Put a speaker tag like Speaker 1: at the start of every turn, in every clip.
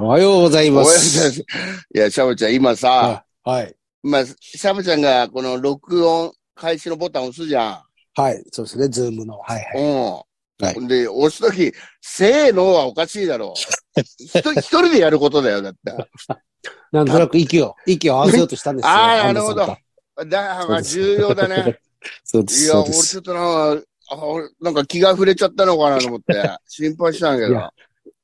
Speaker 1: おはようござい
Speaker 2: おは
Speaker 1: ま。
Speaker 2: ようございます す。いや、シャムちゃん、今さ、
Speaker 1: あはい。
Speaker 2: まあ、シャムちゃんがこの録音開始のボタン押すじゃ
Speaker 1: はい。そうですね。ズームの。はいはい。
Speaker 2: ん。うん。
Speaker 1: はい
Speaker 2: で、押すとき、せーのはおかしい だろう。ひと一人でやることだよ、だって。
Speaker 1: なんとなく息を、息を合わせようとしたんですよ。
Speaker 2: あー
Speaker 1: 安藤さんと
Speaker 2: なるほど。だが重 要だね。
Speaker 1: そうです。
Speaker 2: いや、
Speaker 1: そう
Speaker 2: 俺
Speaker 1: で
Speaker 2: ち
Speaker 1: す
Speaker 2: ょっとなんか、あ俺なんか気が触れちゃったのかなと思って、心配したんだけ
Speaker 1: い
Speaker 2: ど
Speaker 1: や。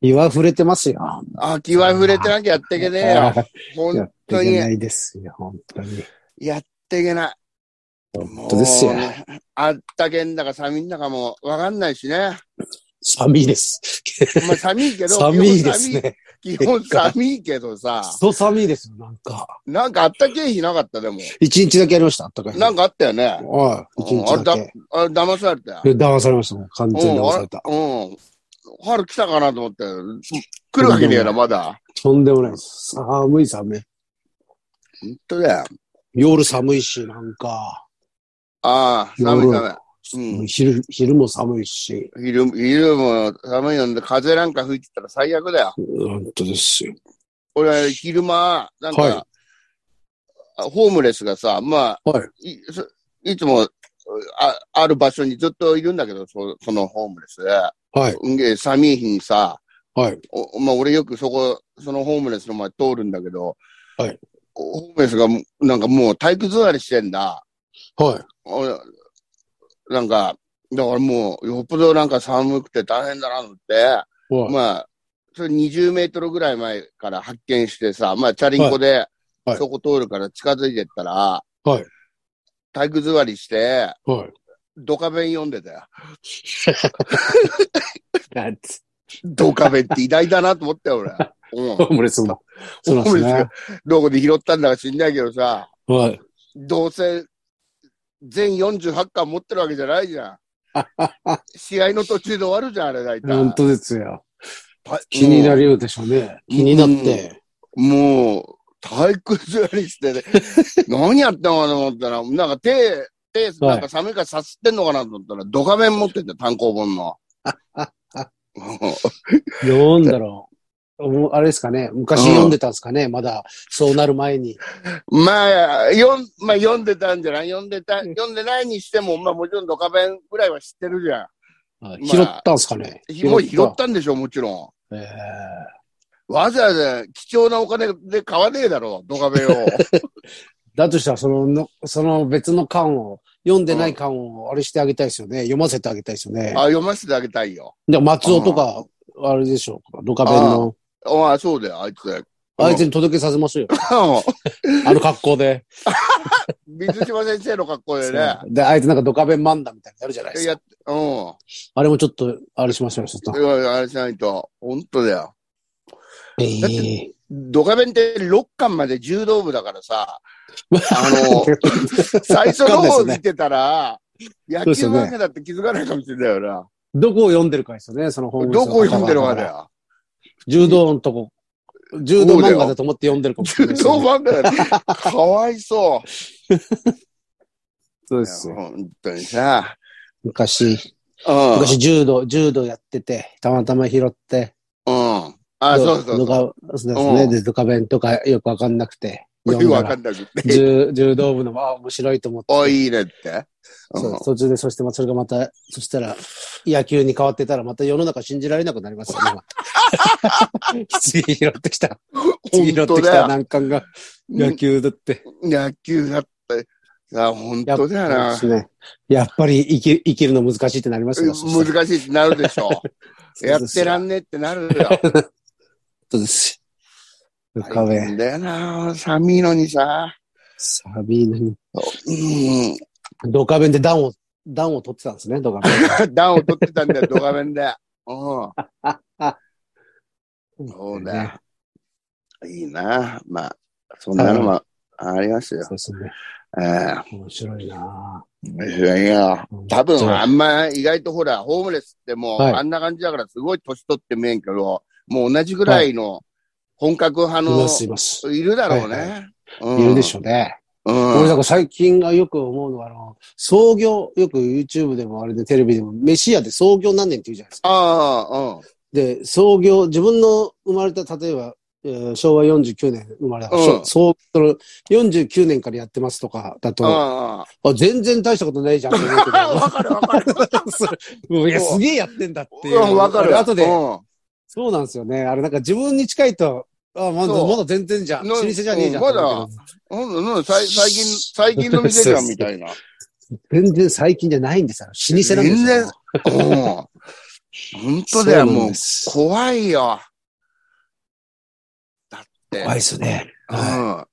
Speaker 1: 岩触れてますよ。
Speaker 2: あ、気は触れてなきゃやっていけねえよ。ほ
Speaker 1: や
Speaker 2: ん
Speaker 1: っていけないですよ。本当に。
Speaker 2: やっていけない。
Speaker 1: 本当ですよ
Speaker 2: もう。ねあったけんだか寒いんだかもわかんないしね。
Speaker 1: 寒いです。
Speaker 2: まあ寒いけど。
Speaker 1: 寒いですね。
Speaker 2: 基本寒いけどさ
Speaker 1: ク、ソ寒いですよ。なんか。
Speaker 2: なんかあったけえ日なかったでも。
Speaker 1: 一日だけありました。あったかい日。
Speaker 2: なんかあったよね。
Speaker 1: はい。一日だけ。
Speaker 2: あれ騙されたよ。
Speaker 1: で騙されましたもん。完
Speaker 2: う
Speaker 1: 全に
Speaker 2: ん、
Speaker 1: 騙さ
Speaker 2: あ
Speaker 1: れた。
Speaker 2: れうん。春来たかなと思って。来るわけねえな、まだ。
Speaker 1: とんでもないです。寒い寒い。
Speaker 2: 本当だよ。
Speaker 1: 夜寒いし、なんか。
Speaker 2: ああ、寒い寒うん
Speaker 1: 昼、昼も寒いし。
Speaker 2: い。昼、昼も寒いので、風なんか吹いてたら最悪だよ。
Speaker 1: 本当ですよ。
Speaker 2: 俺、昼間、なんか、
Speaker 1: はい
Speaker 2: あホームレスがさ、まあ、、
Speaker 1: はい
Speaker 2: そいつもあ、ある場所にずっといるんだけど、そそのホームレス。
Speaker 1: はい。
Speaker 2: うんげえ寒い日にさ、
Speaker 1: はい。
Speaker 2: おまあ、俺よくそこ、そのホームレスの前通るんだけど、
Speaker 1: はい
Speaker 2: ホームレスがもう、なんかもう体育座りしてんだ。
Speaker 1: はい。
Speaker 2: 俺なんか、だからもう、よっぽどなんか寒くて大変だなと思って、
Speaker 1: はい。
Speaker 2: まあ、それ20メートルぐらい前から発見してさ、まあ、チャリンコで
Speaker 1: はい、
Speaker 2: そこ通るから近づいてったら、
Speaker 1: はい
Speaker 2: 体育座りして、
Speaker 1: はい。
Speaker 2: ドカベン読んでたよ。
Speaker 1: なんつ
Speaker 2: ドカベンって偉大だなと思った よ、俺。うん。
Speaker 1: ホームレスも。そうなんですね。
Speaker 2: どこで拾ったんだか知んないけどさ、
Speaker 1: はい。
Speaker 2: どうせ、全48巻持ってるわけじゃないじゃん。 試合の途中で終わるじゃん、あれ大体。
Speaker 1: 本当ですよ。
Speaker 2: た
Speaker 1: 気になるようでしょうね。気になって。
Speaker 2: もう、体育座りして ね、何やったのかなと思ったら、なんか手、手、
Speaker 1: はい
Speaker 2: なんか寒いからさすってんのかなと思ったら、ドカベン持ってて、単行本の。
Speaker 1: 読んだろう。おあれですかね。昔読んでたんですかね。まだ、そうなる前に。
Speaker 2: まあ、読ん、まあ読んでたんじゃない読んでた、読んでないにしても、まあもちろんドカベンぐらいは知ってるじゃ
Speaker 1: はい
Speaker 2: まあ
Speaker 1: 拾ったんですかね。
Speaker 2: ん。もう拾ったんでしょ、もちろ
Speaker 1: た。え
Speaker 2: ん。わざわざ貴重なお金で買わねえだろ、ドカベン を。
Speaker 1: ーだとしたら、そのの、その別の巻を、読んでない巻を、あれしてあげたいですよね。読ませてあげたいですよね。
Speaker 2: あ、読ませてあげたいよ。
Speaker 1: で、松尾とか、あれでしょうか。ドカベンの。
Speaker 2: ああ、そうだよ、あいつ。
Speaker 1: あいつに届けさせましょうよ。あの格好で。
Speaker 2: 水島先生の格好でね。
Speaker 1: で、あいつなんかドカベンマンダみたいになのやるじゃないです
Speaker 2: や
Speaker 1: か。
Speaker 2: っ、うん。
Speaker 1: あれもちょっと、あれしましょうよ、ちょっ
Speaker 2: いやいやあれしないと。本当だよ。
Speaker 1: と。え
Speaker 2: だっ
Speaker 1: え
Speaker 2: ドカベンって6巻まで柔道部だからさ、あ の、最初の方を見てたら、野
Speaker 1: です
Speaker 2: 球
Speaker 1: よね
Speaker 2: 漫画だって気づかないかもしれないよな。
Speaker 1: どこを読んでるかですよね、その本
Speaker 2: どこを読んでるかだ。よ。
Speaker 1: 柔道のとこ。柔道漫画だと思って読んでるかもしれ
Speaker 2: 柔
Speaker 1: ない、
Speaker 2: 道漫画だよ。かわいそ
Speaker 1: そう
Speaker 2: う。
Speaker 1: ですよ。
Speaker 2: 本当にさ。
Speaker 1: 昔、
Speaker 2: うん。
Speaker 1: 昔柔道、柔道やってて、たまたま拾って。
Speaker 2: うん。あ、そうそう
Speaker 1: ド
Speaker 2: そ
Speaker 1: カそうですね。
Speaker 2: うん
Speaker 1: で、ドカベンとかよくわかんなくて。
Speaker 2: う。
Speaker 1: 読
Speaker 2: よく
Speaker 1: んだ
Speaker 2: わ
Speaker 1: ら
Speaker 2: かんなくて。
Speaker 1: 柔柔道部の、あ、面白いと思って。
Speaker 2: お、いいねって。
Speaker 1: そう
Speaker 2: うん
Speaker 1: です途中で、そして、まあ、それがまた、そしたら、野球に変わってたら、また世の中信じられなくなりますよね。ま た次拾ってきた。次拾
Speaker 2: 本
Speaker 1: ってき
Speaker 2: 当だ
Speaker 1: た
Speaker 2: よ。
Speaker 1: 難関が野球だって。
Speaker 2: 野球だって。あ、本
Speaker 1: やっぱ
Speaker 2: 当だよな。
Speaker 1: そうですねやっぱり生き生きるの難しいってなりますよ。
Speaker 2: 難しいってなるでし ょ。やってら
Speaker 1: ん。
Speaker 2: んねえってなるよ。
Speaker 1: そうです。ドカ
Speaker 2: 大
Speaker 1: ベン、
Speaker 2: 変だよな。寒いのにさ。
Speaker 1: サビーの、
Speaker 2: う
Speaker 1: ドカベンで段を、段を取ってたんですね、ドカベン。
Speaker 2: ん。暖を取ってたんだよ、ドカベンで。う
Speaker 1: あ、あ、
Speaker 2: ん。そうだよ。いいな。まあ、そんなのもありますよ。
Speaker 1: そうですね。
Speaker 2: え
Speaker 1: 面白いな
Speaker 2: えいやいや。多分、あんま意外とほら、ホームレスってもう、
Speaker 1: はい
Speaker 2: あんな感じだから、すごい年取って見えんけど、もう同じぐらいの本格派
Speaker 1: い
Speaker 2: の、
Speaker 1: ます、います。
Speaker 2: いるだろうね。
Speaker 1: はい
Speaker 2: うん
Speaker 1: いるでしょうね。
Speaker 2: うん。
Speaker 1: 俺、だから最近がよく思うのは、あの、創業、よく YouTube でもあれでテレビでも、飯屋で創業何年って言うじゃないですか。
Speaker 2: ああ、うん。
Speaker 1: で、創業、自分の生まれた、例えば、えー昭和49年生まれだから、
Speaker 2: うん
Speaker 1: そうその49年からやってますとかだと、
Speaker 2: あ
Speaker 1: あ全然大したことないじゃんって思うけ
Speaker 2: あ。わかるわかる。
Speaker 1: ど それもういや、すげえやってんだっていうう。
Speaker 2: ん、わか
Speaker 1: あれ
Speaker 2: る。
Speaker 1: 後で、
Speaker 2: うん
Speaker 1: そうなんですよね。あれなんか自分に近いと、あまだ
Speaker 2: そう
Speaker 1: まだ全然じゃん。
Speaker 2: な
Speaker 1: 老舗じゃねえじゃん。
Speaker 2: うんまだうん、うん、最最近、最近の店じゃん、みたいな。
Speaker 1: 全然最近じゃないんですよ。老舗なんですよ。
Speaker 2: 全然うん。本当だよ、
Speaker 1: そうなん
Speaker 2: もう
Speaker 1: で。す
Speaker 2: 怖いよ。だって。
Speaker 1: 怖いっすね。は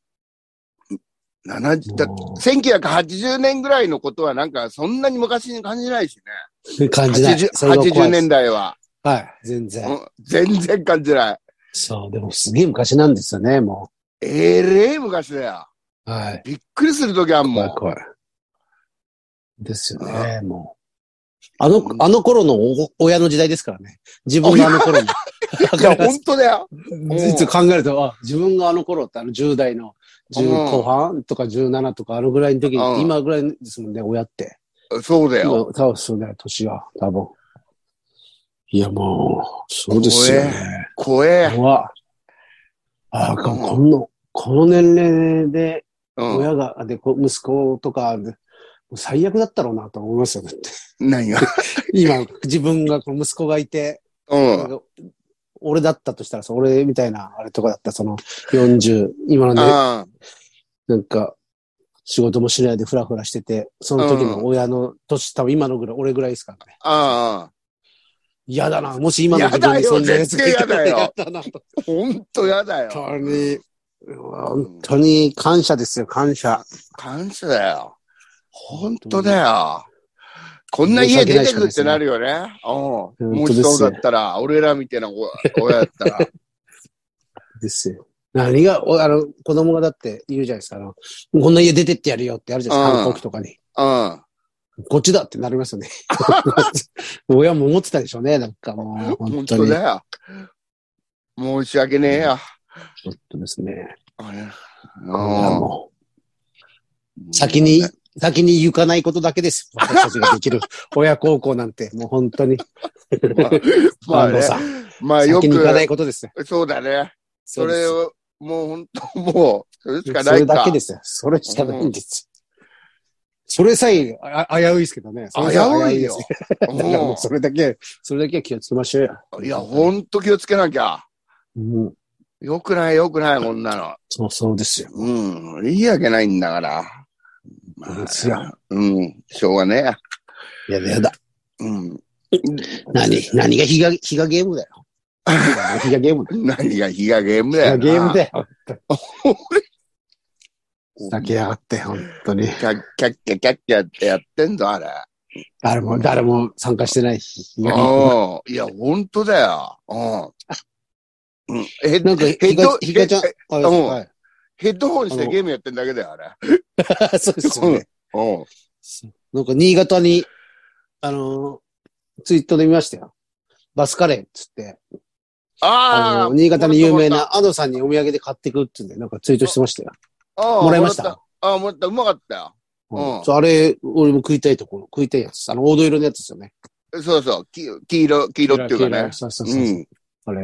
Speaker 2: うん。70だ
Speaker 1: もう
Speaker 2: 1980年ぐらいのことはなんかそんなに昔に感じないしね。
Speaker 1: い。感じない。
Speaker 2: 80,
Speaker 1: それが怖いです
Speaker 2: 80年代は、
Speaker 1: はい。全然。
Speaker 2: うん全然感じない。
Speaker 1: そう、でもすげえ昔なんですよね、も
Speaker 2: えれえ昔だよ。
Speaker 1: う。はい。
Speaker 2: びっくりするときはも。
Speaker 1: 怖いう怖い。ですよね、もう。あの、あの頃のお親の時代ですからね。自分があの頃の。
Speaker 2: いや、本当だよ。
Speaker 1: いつ考えると、あ、自分があの頃ってあの10代の10後半とか17とかあのぐらいの時
Speaker 2: うん
Speaker 1: に、今ぐらいですもんね、親って。
Speaker 2: そうだ
Speaker 1: 今
Speaker 2: よ。、
Speaker 1: 多分そうだよ、年が、多分。いや、もう、そうですよね。
Speaker 2: 怖え。
Speaker 1: 怖っああ、ここの、この年齢で、
Speaker 2: うん。
Speaker 1: 親が、で、こ息子とかで、もう最悪だったろうなと思いますよね。 だって
Speaker 2: 何が。
Speaker 1: 今、自分が、この息子がいて、
Speaker 2: う
Speaker 1: なん
Speaker 2: ん。
Speaker 1: か俺だったとしたらさ、俺みたいな、あれとかだったら、その、40、今のね、
Speaker 2: あ
Speaker 1: なんか、仕事もしないでフラフラしてて、その時の親の年、多分今のぐらい、俺ぐらいですからね。
Speaker 2: あ、ああ、
Speaker 1: 嫌だな、もし今の自分にそんなやつがいたら
Speaker 2: 嫌だよ
Speaker 1: 嫌だなと。
Speaker 2: 本当やだよ。
Speaker 1: 本当に、本当に感謝ですよ、感謝。
Speaker 2: 感謝だよ。本当だよ。こんな家
Speaker 1: 申し訳な
Speaker 2: 出
Speaker 1: い
Speaker 2: て
Speaker 1: しか
Speaker 2: く
Speaker 1: ない
Speaker 2: っ
Speaker 1: で
Speaker 2: て
Speaker 1: すね
Speaker 2: なるよね。うん。も
Speaker 1: 本当
Speaker 2: し
Speaker 1: ですよ
Speaker 2: そうだったら、俺らみたいなお親だったら。
Speaker 1: ですよ。何が、おあの、子供がだって言うじゃないですか。あの、こんな家出てってやるよってあるじゃないです
Speaker 2: うん
Speaker 1: か。反抗期とかに。
Speaker 2: うん。
Speaker 1: こっちだってなりますよね。 親も思ってたでしょうね。なんかもう、
Speaker 2: 本
Speaker 1: 本当
Speaker 2: 当
Speaker 1: に。
Speaker 2: だよ。申し訳ねえよ。
Speaker 1: ちょっとですね。
Speaker 2: う
Speaker 1: も
Speaker 2: ん
Speaker 1: う先に、先に行かないことだけです。私たちがで きる親孝行なんて、もう本当に。
Speaker 2: まあ
Speaker 1: 安
Speaker 2: ね
Speaker 1: 藤さん。
Speaker 2: まあよ
Speaker 1: 先に行かない
Speaker 2: く、
Speaker 1: ことですよ。
Speaker 2: そうだね。それ
Speaker 1: を
Speaker 2: を、もう本当、もう、それしか
Speaker 1: そ
Speaker 2: ない
Speaker 1: れだ
Speaker 2: か
Speaker 1: け。ですよ。それしかないんです。それさえあ危ういですけどね。
Speaker 2: 危
Speaker 1: それさえ
Speaker 2: うい
Speaker 1: です
Speaker 2: よ。
Speaker 1: だからもうそれだけ、それだけは気をつけましょうよ。
Speaker 2: うんいや、本当気をつけなきゃ。
Speaker 1: うん。
Speaker 2: よくない、よくない、こんなの。
Speaker 1: そうそうですよ。
Speaker 2: うん、いいわけないんだから。
Speaker 1: ですよ
Speaker 2: うん、しょうがねえ。
Speaker 1: やだやだ。
Speaker 2: うん。
Speaker 1: 何、何が日が、日がゲームだ よ。日がゲームだよ。
Speaker 2: 何が日がゲーム
Speaker 1: 日
Speaker 2: だよ
Speaker 1: が
Speaker 2: な。
Speaker 1: ゲームだよ。ふざ
Speaker 2: 俺
Speaker 1: けやがって、本当に。
Speaker 2: キャッキャッキャッキャッキャってやってんぞ、あれ。
Speaker 1: 誰も、誰も参加してない日がゲーム。
Speaker 2: うん。いや、本当だよ。うん。うん。え、
Speaker 1: なんか、
Speaker 2: ヘ
Speaker 1: ひ
Speaker 2: ッド
Speaker 1: が、、ひがちゃん、あ
Speaker 2: うん
Speaker 1: はい
Speaker 2: ヘッドホンして
Speaker 1: あの
Speaker 2: ゲームやってんだけだよ、あれ。
Speaker 1: そうですよね。
Speaker 2: うん。
Speaker 1: なんか、新潟に、あのー、ツイートで見ましたよ。バスカレーっつって、あ
Speaker 2: あ
Speaker 1: の
Speaker 2: あ、
Speaker 1: ー、新潟に有名な安藤さんにお土産で買ってくってんで、なんかツイートしてましたよ。
Speaker 2: も
Speaker 1: もらいました
Speaker 2: ああ、もらった。うまかったよ。うん
Speaker 1: うんそうあれ、俺も食いたいところ、食いたいやつ。あの、黄土色のやつですよね。
Speaker 2: そうそう。き黄色、黄色っていうかね。
Speaker 1: そうそうそうう。
Speaker 2: ん。
Speaker 1: あれ、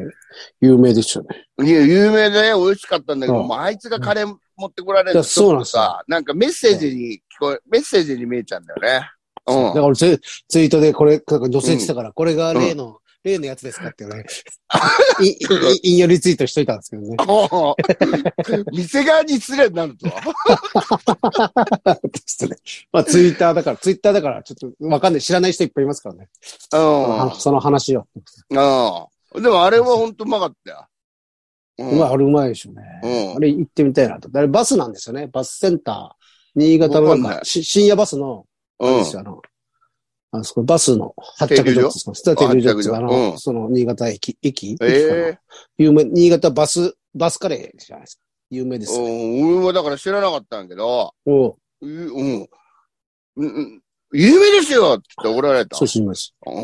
Speaker 1: 有名ですよね。
Speaker 2: いや、有名でね、美味しかったんだけど、
Speaker 1: うん
Speaker 2: もうあいつがカレー持ってこられ
Speaker 1: い
Speaker 2: る
Speaker 1: や
Speaker 2: と
Speaker 1: そうなんですよ
Speaker 2: さ、なんかメッセージに聞こえ、メッセージに見えちゃうんだよね。
Speaker 1: だか
Speaker 2: う
Speaker 1: ら俺ツイツイートでこれ、なんか女性ってたから、これが例の、例のやつですかって ね。いい引用リツイートしといたんですけどね。
Speaker 2: ん。 店側に失礼になるとは。
Speaker 1: ですねまあツイッターだから、ツイッターだから、ちょっとわかんない。知らない人いっぱいいますからね。
Speaker 2: うん。
Speaker 1: その話を。
Speaker 2: うん。でもあれはほんとうまかったよ。う
Speaker 1: うまい、あれうまいでしょうね。
Speaker 2: うん
Speaker 1: あれ行ってみたいなと。あれバスなんですよね。バスセンター。新潟のな
Speaker 2: わかん
Speaker 1: ん
Speaker 2: な
Speaker 1: か、し深夜バスの、
Speaker 2: うん。
Speaker 1: ですよ、あの、あそこバスの発着所ですか。スタ
Speaker 2: 所
Speaker 1: 停留所っていうか、あ
Speaker 2: あ発着所う
Speaker 1: の、
Speaker 2: ん
Speaker 1: その新潟駅、駅
Speaker 2: え
Speaker 1: 駅かな
Speaker 2: え
Speaker 1: 有名、新潟バス、バスカレーじゃないですか。有名です。
Speaker 2: うん。俺はだから知らなかったんだけど、
Speaker 1: おう
Speaker 2: ううん。うんうん有名ですよって怒られた。
Speaker 1: そう知ります。
Speaker 2: うん。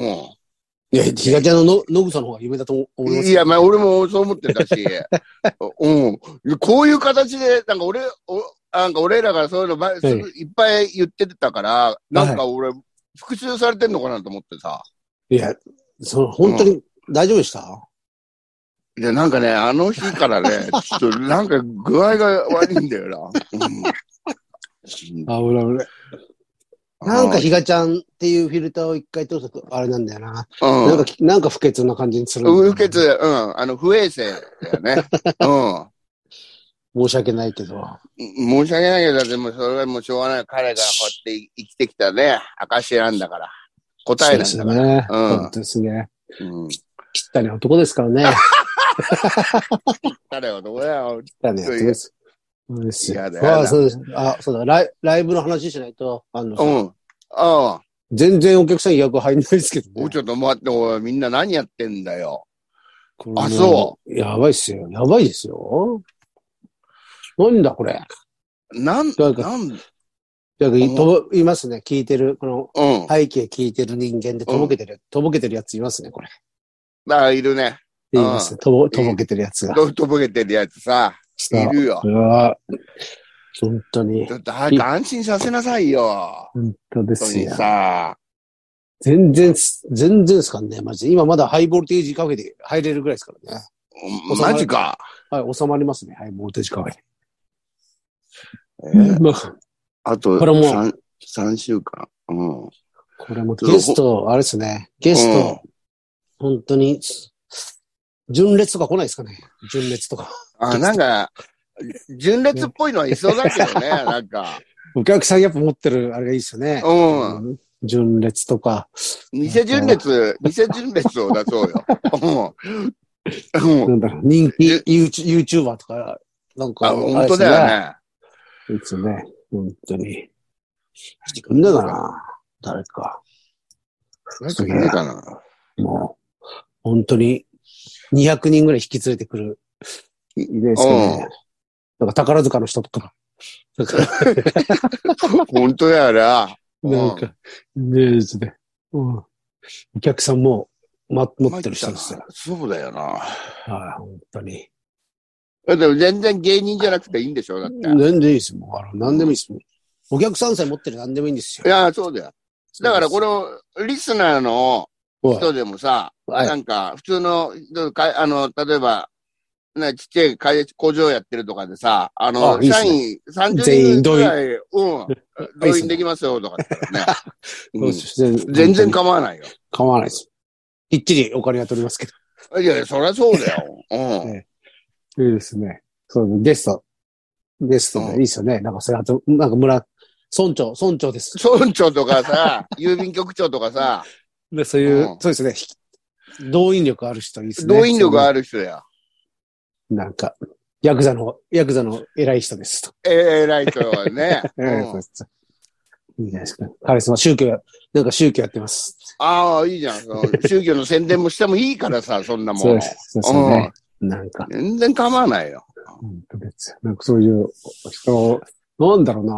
Speaker 1: いや、ひがちゃんののノグさんの方が有名だと思います
Speaker 2: いや、まあ、俺もそう思ってたし、 うん。こういう形で、なんか俺、おなんか俺らがそういうのばすぐいっぱい言ってたから、なんか俺、復讐されてんのかなと思ってさ。
Speaker 1: いや、その、本当に、大丈夫でした
Speaker 2: いや、なんかね、あの日からね、 ちょっとなんか具合が悪いんだよな。うん
Speaker 1: あ、危ない危ない。なんか、ひがちゃんっていうフィルターを一回通すと、あれなんだよな。
Speaker 2: うん、
Speaker 1: なんか、なんか不潔な感じにするんだよな。
Speaker 2: 不潔、うん、あの、不衛生だよね。うん。
Speaker 1: 申し訳ないけど。
Speaker 2: 申し訳ないけど、でもそれはもうしょうがない。彼がこうやって生きてきたね、証なんだから。答えなん
Speaker 1: そ
Speaker 2: だ
Speaker 1: う
Speaker 2: か
Speaker 1: です
Speaker 2: ら。
Speaker 1: ね。
Speaker 2: うん
Speaker 1: 本当ですね。
Speaker 2: うん。
Speaker 1: 汚い男ですからね。
Speaker 2: 彼はどこだよ。
Speaker 1: 汚い男です。そうですよ
Speaker 2: やだやだ
Speaker 1: あそうですあ、そうだ。ライライブの話しないと、あの、
Speaker 2: うん。ああ、
Speaker 1: 全然お客さん予約入んないですけど
Speaker 2: お
Speaker 1: ね
Speaker 2: い。ちょっと待って、おい、みんな何やってんだよ。
Speaker 1: これも。
Speaker 2: あそう
Speaker 1: やばいっすよ。やばいですよ。なんだこれ。
Speaker 2: なん、
Speaker 1: なんか
Speaker 2: なん、うん。
Speaker 1: なんかいとぼいますね。聞いてる、この背景聞いてる人間でとぼけてる、とぼけてるやついますね、これ。
Speaker 2: あ、いるね。
Speaker 1: いますね。とぼ、とぼけてるやつが。
Speaker 2: と、とぼけてるやつさ、い
Speaker 1: さあ
Speaker 2: るよ
Speaker 1: こ。れは、本当に
Speaker 2: ち、ょっと早く安心させなさいよ。
Speaker 1: 本当で
Speaker 2: 本
Speaker 1: す
Speaker 2: 当に
Speaker 1: よ。
Speaker 2: さ。
Speaker 1: 全然す、全然ですかんね、マジで。今まだハイボルテージカフェで入れるぐらいですからね。
Speaker 2: うんマジか。
Speaker 1: はい、収まりますね、ハイボルテージカフェ。
Speaker 2: えー
Speaker 1: まあ
Speaker 2: あと
Speaker 1: これも
Speaker 2: 3、三週間。うん。
Speaker 1: これもゲスト、あれですね。ゲスト、本当に、純烈とか来ないですかね。純烈とか。
Speaker 2: あ、なんか、純烈っぽいのはいそうだけど ね、なんか。
Speaker 1: お客さんやっぱ持ってる、あれがいいですよね。
Speaker 2: うん。
Speaker 1: ん純烈とか。
Speaker 2: 偽純烈、偽純烈を出そうよ。うん。う。
Speaker 1: なんんだろう、人気
Speaker 2: え
Speaker 1: YouTube- YouTuber とか、なんか、
Speaker 2: あ、
Speaker 1: あ
Speaker 2: 本
Speaker 1: れで
Speaker 2: 当
Speaker 1: す
Speaker 2: だよ。ね。
Speaker 1: いいですよね。本当に。いるんだかな誰か。
Speaker 2: なんかねえかな。
Speaker 1: もう、本当に、200人ぐらい引き連れてくる。いいですよね。なんか宝塚の人と か。なんか
Speaker 2: 本当だよな。
Speaker 1: なんか、ねえですね。うん。お客さんも、ま、持ってる人ですよ。
Speaker 2: そうだよな。
Speaker 1: はい、本当に。
Speaker 2: えでも全然芸人じゃなくていいんでしょだって。
Speaker 1: 全然いいですもん。あの、何でもいいですもん。お客さんさえ持ってる何でもいいんです
Speaker 2: い
Speaker 1: よ。
Speaker 2: や、そうだよ。だからこの、リスナーの
Speaker 1: おい
Speaker 2: 人でもさ、
Speaker 1: はい
Speaker 2: なんか、普通の人かい、あの、例えば、ね、ちっちゃい会工場やってるとかでさ、あの、
Speaker 1: あいいっす
Speaker 2: 社
Speaker 1: ね
Speaker 2: 員
Speaker 1: 全
Speaker 2: 30人
Speaker 1: 員動
Speaker 2: ぐ
Speaker 1: 員
Speaker 2: らい、うん、
Speaker 1: いいっ
Speaker 2: 動
Speaker 1: す
Speaker 2: 員
Speaker 1: ね
Speaker 2: できますよ、とか 言ったらね
Speaker 1: そう
Speaker 2: う
Speaker 1: です全
Speaker 2: ん。全然
Speaker 1: 本
Speaker 2: 構わないよ。
Speaker 1: 当に構わないです。きっちりお金は取りますけ
Speaker 2: いやいや、そりゃそうだよ。うん。
Speaker 1: ど。いいですね。そう、ゲスト。ゲストでいいですよね。なんかそれ、あと、なんか村、村長、村長です。
Speaker 2: 村長と かさ、郵便局長とかさ、
Speaker 1: でそういう、
Speaker 2: うん
Speaker 1: そうですね。ひ動員力ある人いいですね。
Speaker 2: 動員力
Speaker 1: あ
Speaker 2: あ
Speaker 1: る。
Speaker 2: る人や。
Speaker 1: なんか、ヤクザの、ヤクザの偉い人ですと。
Speaker 2: ええ偉い人は ね。
Speaker 1: ええ
Speaker 2: う
Speaker 1: そうんですいいじゃないですか。カリスマ、宗教や、なんか宗教やってます。
Speaker 2: ああ、いいじゃん。 その宗教の宣伝もしてもいいからさ、そんな
Speaker 1: そ
Speaker 2: も
Speaker 1: うんで。す。そうですよね。なんか、
Speaker 2: 全然構わないよ。
Speaker 1: 本当ですよなんかそういう人、なんだろうな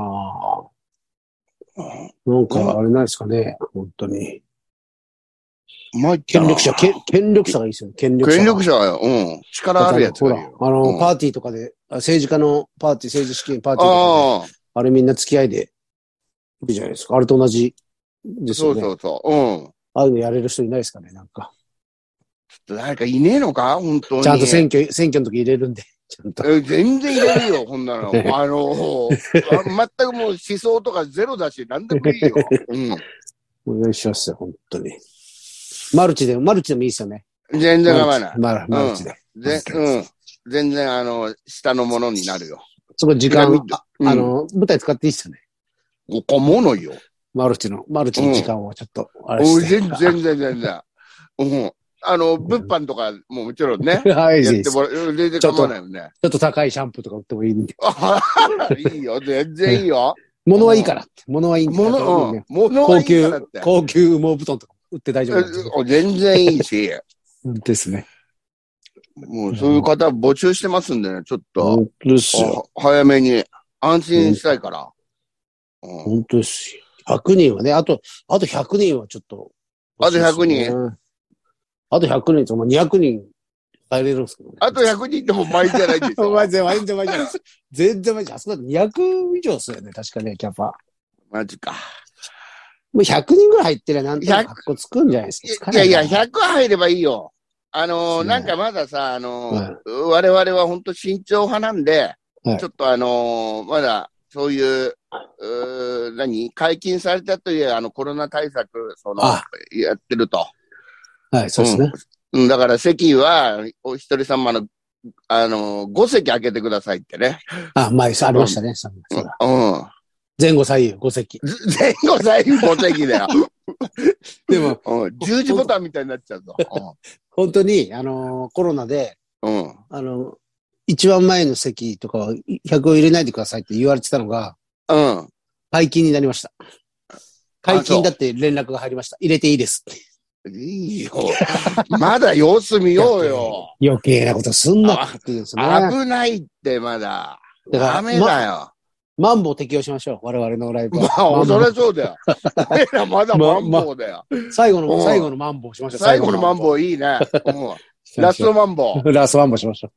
Speaker 1: なんか、あれないですかね。本当に。
Speaker 2: まいった
Speaker 1: 権
Speaker 2: な
Speaker 1: 力者、権権力者がいいですよね。権力者。
Speaker 2: 権力者はよ。うん。力あるやつ
Speaker 1: ほ
Speaker 2: が
Speaker 1: ら
Speaker 2: いいよ。、
Speaker 1: あ
Speaker 2: うん
Speaker 1: の、パーティーとかで、あ政治家のパーティー、政治資金パーティーとかで
Speaker 2: あ
Speaker 1: あれみんな付き合いで、いいじゃないですか。あれと同じで
Speaker 2: あ、
Speaker 1: す
Speaker 2: そ
Speaker 1: よ
Speaker 2: う
Speaker 1: ね。
Speaker 2: そうそう。うん。
Speaker 1: ああいうのやれる人いないですかね、なんか。
Speaker 2: 誰かいねえのか本当に。
Speaker 1: ちゃんと選挙、選挙の時入れるんで、 ちゃんと。
Speaker 2: え全然入れるよ、こん なの。あの、あ全くもう思想とかゼロだし、なんでもい いよ。う
Speaker 1: お
Speaker 2: ん。
Speaker 1: 願いしますよ、本当に。マルチで、マルチでもいいですよね。
Speaker 2: 全然構わない。
Speaker 1: マルチマルチで。
Speaker 2: ぜうん。全然、あの、下のものになるよ。
Speaker 1: そこ時間、
Speaker 2: ピラミッド
Speaker 1: ああの、舞台使っていいですよね。
Speaker 2: ここものよ。
Speaker 1: マルチの、マルチの時間をちょっと、あれ
Speaker 2: お
Speaker 1: して。
Speaker 2: 全然、全然、全然。うん。あの、物販とかももちろんね。
Speaker 1: はい、
Speaker 2: や
Speaker 1: ぜひ
Speaker 2: って
Speaker 1: ちょ
Speaker 2: もらう。全然構わないよね。
Speaker 1: っと高いシャンプーとか売ってもいいんで。
Speaker 2: あ いいよ、全然いいよ。
Speaker 1: 物はいいからって。物はいいんで。
Speaker 2: も
Speaker 1: だから
Speaker 2: の、
Speaker 1: いい
Speaker 2: うんん
Speaker 1: で、
Speaker 2: 物
Speaker 1: 高
Speaker 2: はいいか
Speaker 1: 級
Speaker 2: らって、。
Speaker 1: 高級羽毛布団とか売って大丈夫なんですよ
Speaker 2: うん全然いいし、
Speaker 1: ですね。
Speaker 2: もうそういう方募集してますんでね、ちょっと、
Speaker 1: 本当ですよ。
Speaker 2: あ早めに安心したいから。うん
Speaker 1: 本当ですよ。100人はね、あと、あと100人はちょっと。
Speaker 2: あと100人
Speaker 1: うんあと100人と、まあ、200人入れるんですけどね。
Speaker 2: あと100人でも倍じゃないでし
Speaker 1: お
Speaker 2: ょ。
Speaker 1: 前全然前じゃないです。全然前じゃない。あそこだって200以上ですよね、確かね、キャパ。も
Speaker 2: マジか。
Speaker 1: う100人ぐらい入ってりゃなんとなく格好つくんじゃないですか。
Speaker 2: いやいや、
Speaker 1: 100
Speaker 2: 100入ればいいよ。あの
Speaker 1: う
Speaker 2: ー
Speaker 1: ん
Speaker 2: なんかまださ、あのー我々は本当慎重派なんで、
Speaker 1: はい
Speaker 2: ちょっとあのーまだ、そういう、うー何解禁されたという、あの、コロナ対策、その
Speaker 1: あ、
Speaker 2: やってると。
Speaker 1: はい、そうですね。
Speaker 2: うん、だから席は、お一人様の、あのー、5席空けてくださいってね。
Speaker 1: あ、前、ありましたね。そうだ
Speaker 2: うん。
Speaker 1: 前後左右5席。
Speaker 2: 前後左右5 席だよ。
Speaker 1: でも、
Speaker 2: うん。十字ボタンみたいになっちゃうぞ。
Speaker 1: 本当に、あのーコロナで、
Speaker 2: うん。うん。
Speaker 1: あの、一番前の席とかは100を入れないでくださいって言われてたのが、
Speaker 2: うん。
Speaker 1: 解禁になりました。
Speaker 2: あ
Speaker 1: 解禁だって連絡が入りました。入れていいですって。
Speaker 2: いいよ。まだ様子見ようよ。
Speaker 1: 余計なことすんなっていうんですね。だか
Speaker 2: 危ないって、まだ。ダ
Speaker 1: ら、
Speaker 2: メ
Speaker 1: ま、
Speaker 2: だよ。
Speaker 1: マンボウ適用しましょう。我々のライブ
Speaker 2: ま
Speaker 1: は。
Speaker 2: あ、
Speaker 1: マンボ
Speaker 2: そ
Speaker 1: ウ
Speaker 2: りゃそうだよ。俺らまだマンボウだよ。
Speaker 1: 最後
Speaker 2: うん
Speaker 1: の、最後のマンボウしましょう。
Speaker 2: 最後のマン
Speaker 1: ウ。
Speaker 2: ボウいいね。うん
Speaker 1: しま
Speaker 2: ラス
Speaker 1: しょ
Speaker 2: ト
Speaker 1: う
Speaker 2: マンボ
Speaker 1: ラストマンボウしましょ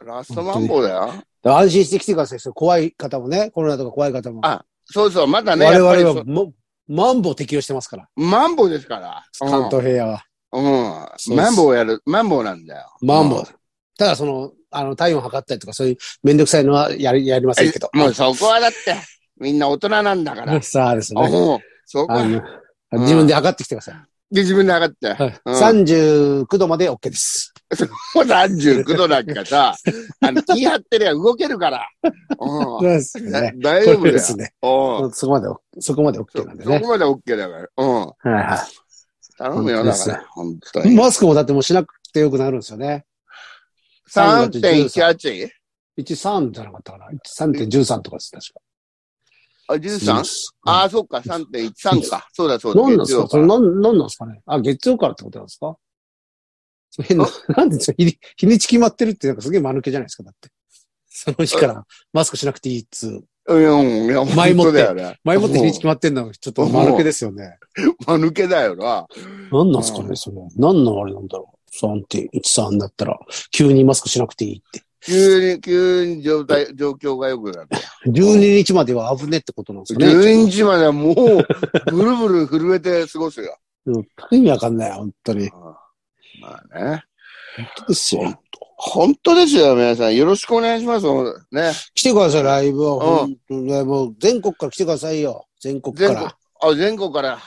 Speaker 1: う。
Speaker 2: ウ。ラストマンボウだ
Speaker 1: だ
Speaker 2: よ。
Speaker 1: から安心して来てください。そう怖い方もね、コロナとか怖い方も。
Speaker 2: あそうそう、まだね、
Speaker 1: 我
Speaker 2: やっぱり
Speaker 1: 々
Speaker 2: そ
Speaker 1: はも、マンボウ適用してますから。
Speaker 2: マンボウですから。
Speaker 1: 関東平野は。
Speaker 2: うん。
Speaker 1: そうです
Speaker 2: マンボウやる、マンボウなんだよ。
Speaker 1: マンボウ。ただその、あの、体温測ったりとか、そういうめんどくさいのはやり、やりませんけど。
Speaker 2: もうそこはだって、みんな大人なんだから。
Speaker 1: さあですね。
Speaker 2: うん。そこ
Speaker 1: あ
Speaker 2: は。
Speaker 1: の、
Speaker 2: うん
Speaker 1: 自分で測ってきてください。
Speaker 2: で、自分で上がって。
Speaker 1: はい
Speaker 2: うん
Speaker 1: 39度まで OK です。
Speaker 2: もう39度なんかさ、 あの、気張ってりゃ動けるから。
Speaker 1: そ
Speaker 2: うん
Speaker 1: う。です
Speaker 2: だ
Speaker 1: ね。
Speaker 2: 大丈
Speaker 1: そ
Speaker 2: 夫
Speaker 1: う
Speaker 2: だよ。う
Speaker 1: で
Speaker 2: ん。
Speaker 1: すね。
Speaker 2: そ
Speaker 1: そこまで、そこまで OK なんで
Speaker 2: そ
Speaker 1: ね。
Speaker 2: こまで OK だから。うん。
Speaker 1: はいは
Speaker 2: 頼むよ、
Speaker 1: 本当で
Speaker 2: だか
Speaker 1: す
Speaker 2: ら。本当
Speaker 1: い。
Speaker 2: に。
Speaker 1: マスクもだってもうしなくてよくなるんですよね。
Speaker 2: 3.18?
Speaker 1: 13じゃなかったかな。3.13とかです、確か。
Speaker 2: あ、13?
Speaker 1: あ、
Speaker 2: ああ、そっか、3.13か。そうだ、そうだ。
Speaker 1: 何なんですか
Speaker 2: 月
Speaker 1: それ
Speaker 2: 曜
Speaker 1: 何、何なんですかねあ、月曜からってことなんですかそれ変な、なんでそれ日に日にち決まってるってなんかすげえ間抜けじゃないですか、だって。その日からマスクしなくていいっつう。
Speaker 2: うん、いや、
Speaker 1: 前もって
Speaker 2: 本当だよね。
Speaker 1: 前もって日にち決まってんのちょっと間抜けですよね。
Speaker 2: ま抜けだよな。
Speaker 1: 何なんすかね、それ。何のあれなんだろう。3.13だったら、急にマスクしなくていいって。
Speaker 2: 急に、急に状態、状況が良くなって。
Speaker 1: 12日までは危ねってことなんですかね。
Speaker 2: 12日まではもう、ブルブル震えて過ごすよ。
Speaker 1: うん意味わかんない、本当に。
Speaker 2: うんまあね。
Speaker 1: ですよ。
Speaker 2: 本当ですよ、皆さん。よろしくお願いします。ね。
Speaker 1: 来てください、ライブは。
Speaker 2: うん
Speaker 1: 本当にライブは全国から来てくださいよ。全国か
Speaker 2: 全国
Speaker 1: ら。、
Speaker 2: あ全国から、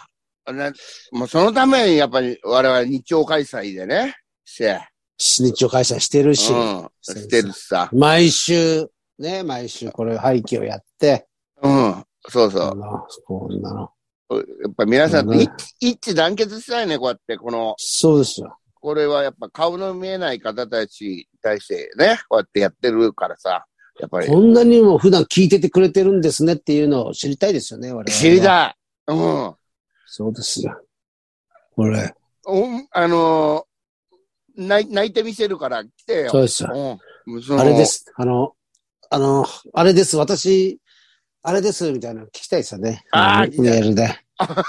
Speaker 2: あね、もうそのためにやっぱり我々日曜開催でね、して、
Speaker 1: 日を開催してるし
Speaker 2: う、ん、してるしさ。
Speaker 1: 毎週、ね、毎週これ廃棄をやって、
Speaker 2: うん、そうそ
Speaker 1: あ
Speaker 2: う。
Speaker 1: のこんなの。
Speaker 2: やっぱ皆さんと
Speaker 1: うん
Speaker 2: 一一致団結したいね、こうやって、この、
Speaker 1: そうですよ。
Speaker 2: これはやっぱ顔の見えない方たちに対してね、こうやってやってるからさ、やっぱり。
Speaker 1: こんなにも普段聞いててくれてるんですねっていうのを知りたいですよね、我々は。
Speaker 2: 知りたい。うん。
Speaker 1: そうですよ。これ、
Speaker 2: おあのー泣い、泣いてみせるから来て
Speaker 1: そう
Speaker 2: よ。
Speaker 1: ですよ。
Speaker 2: うん。その
Speaker 1: あれで。す。あの、あの、あれです。私、あれです。みたいなの聞きたいですよね。
Speaker 2: あー
Speaker 1: のメールで。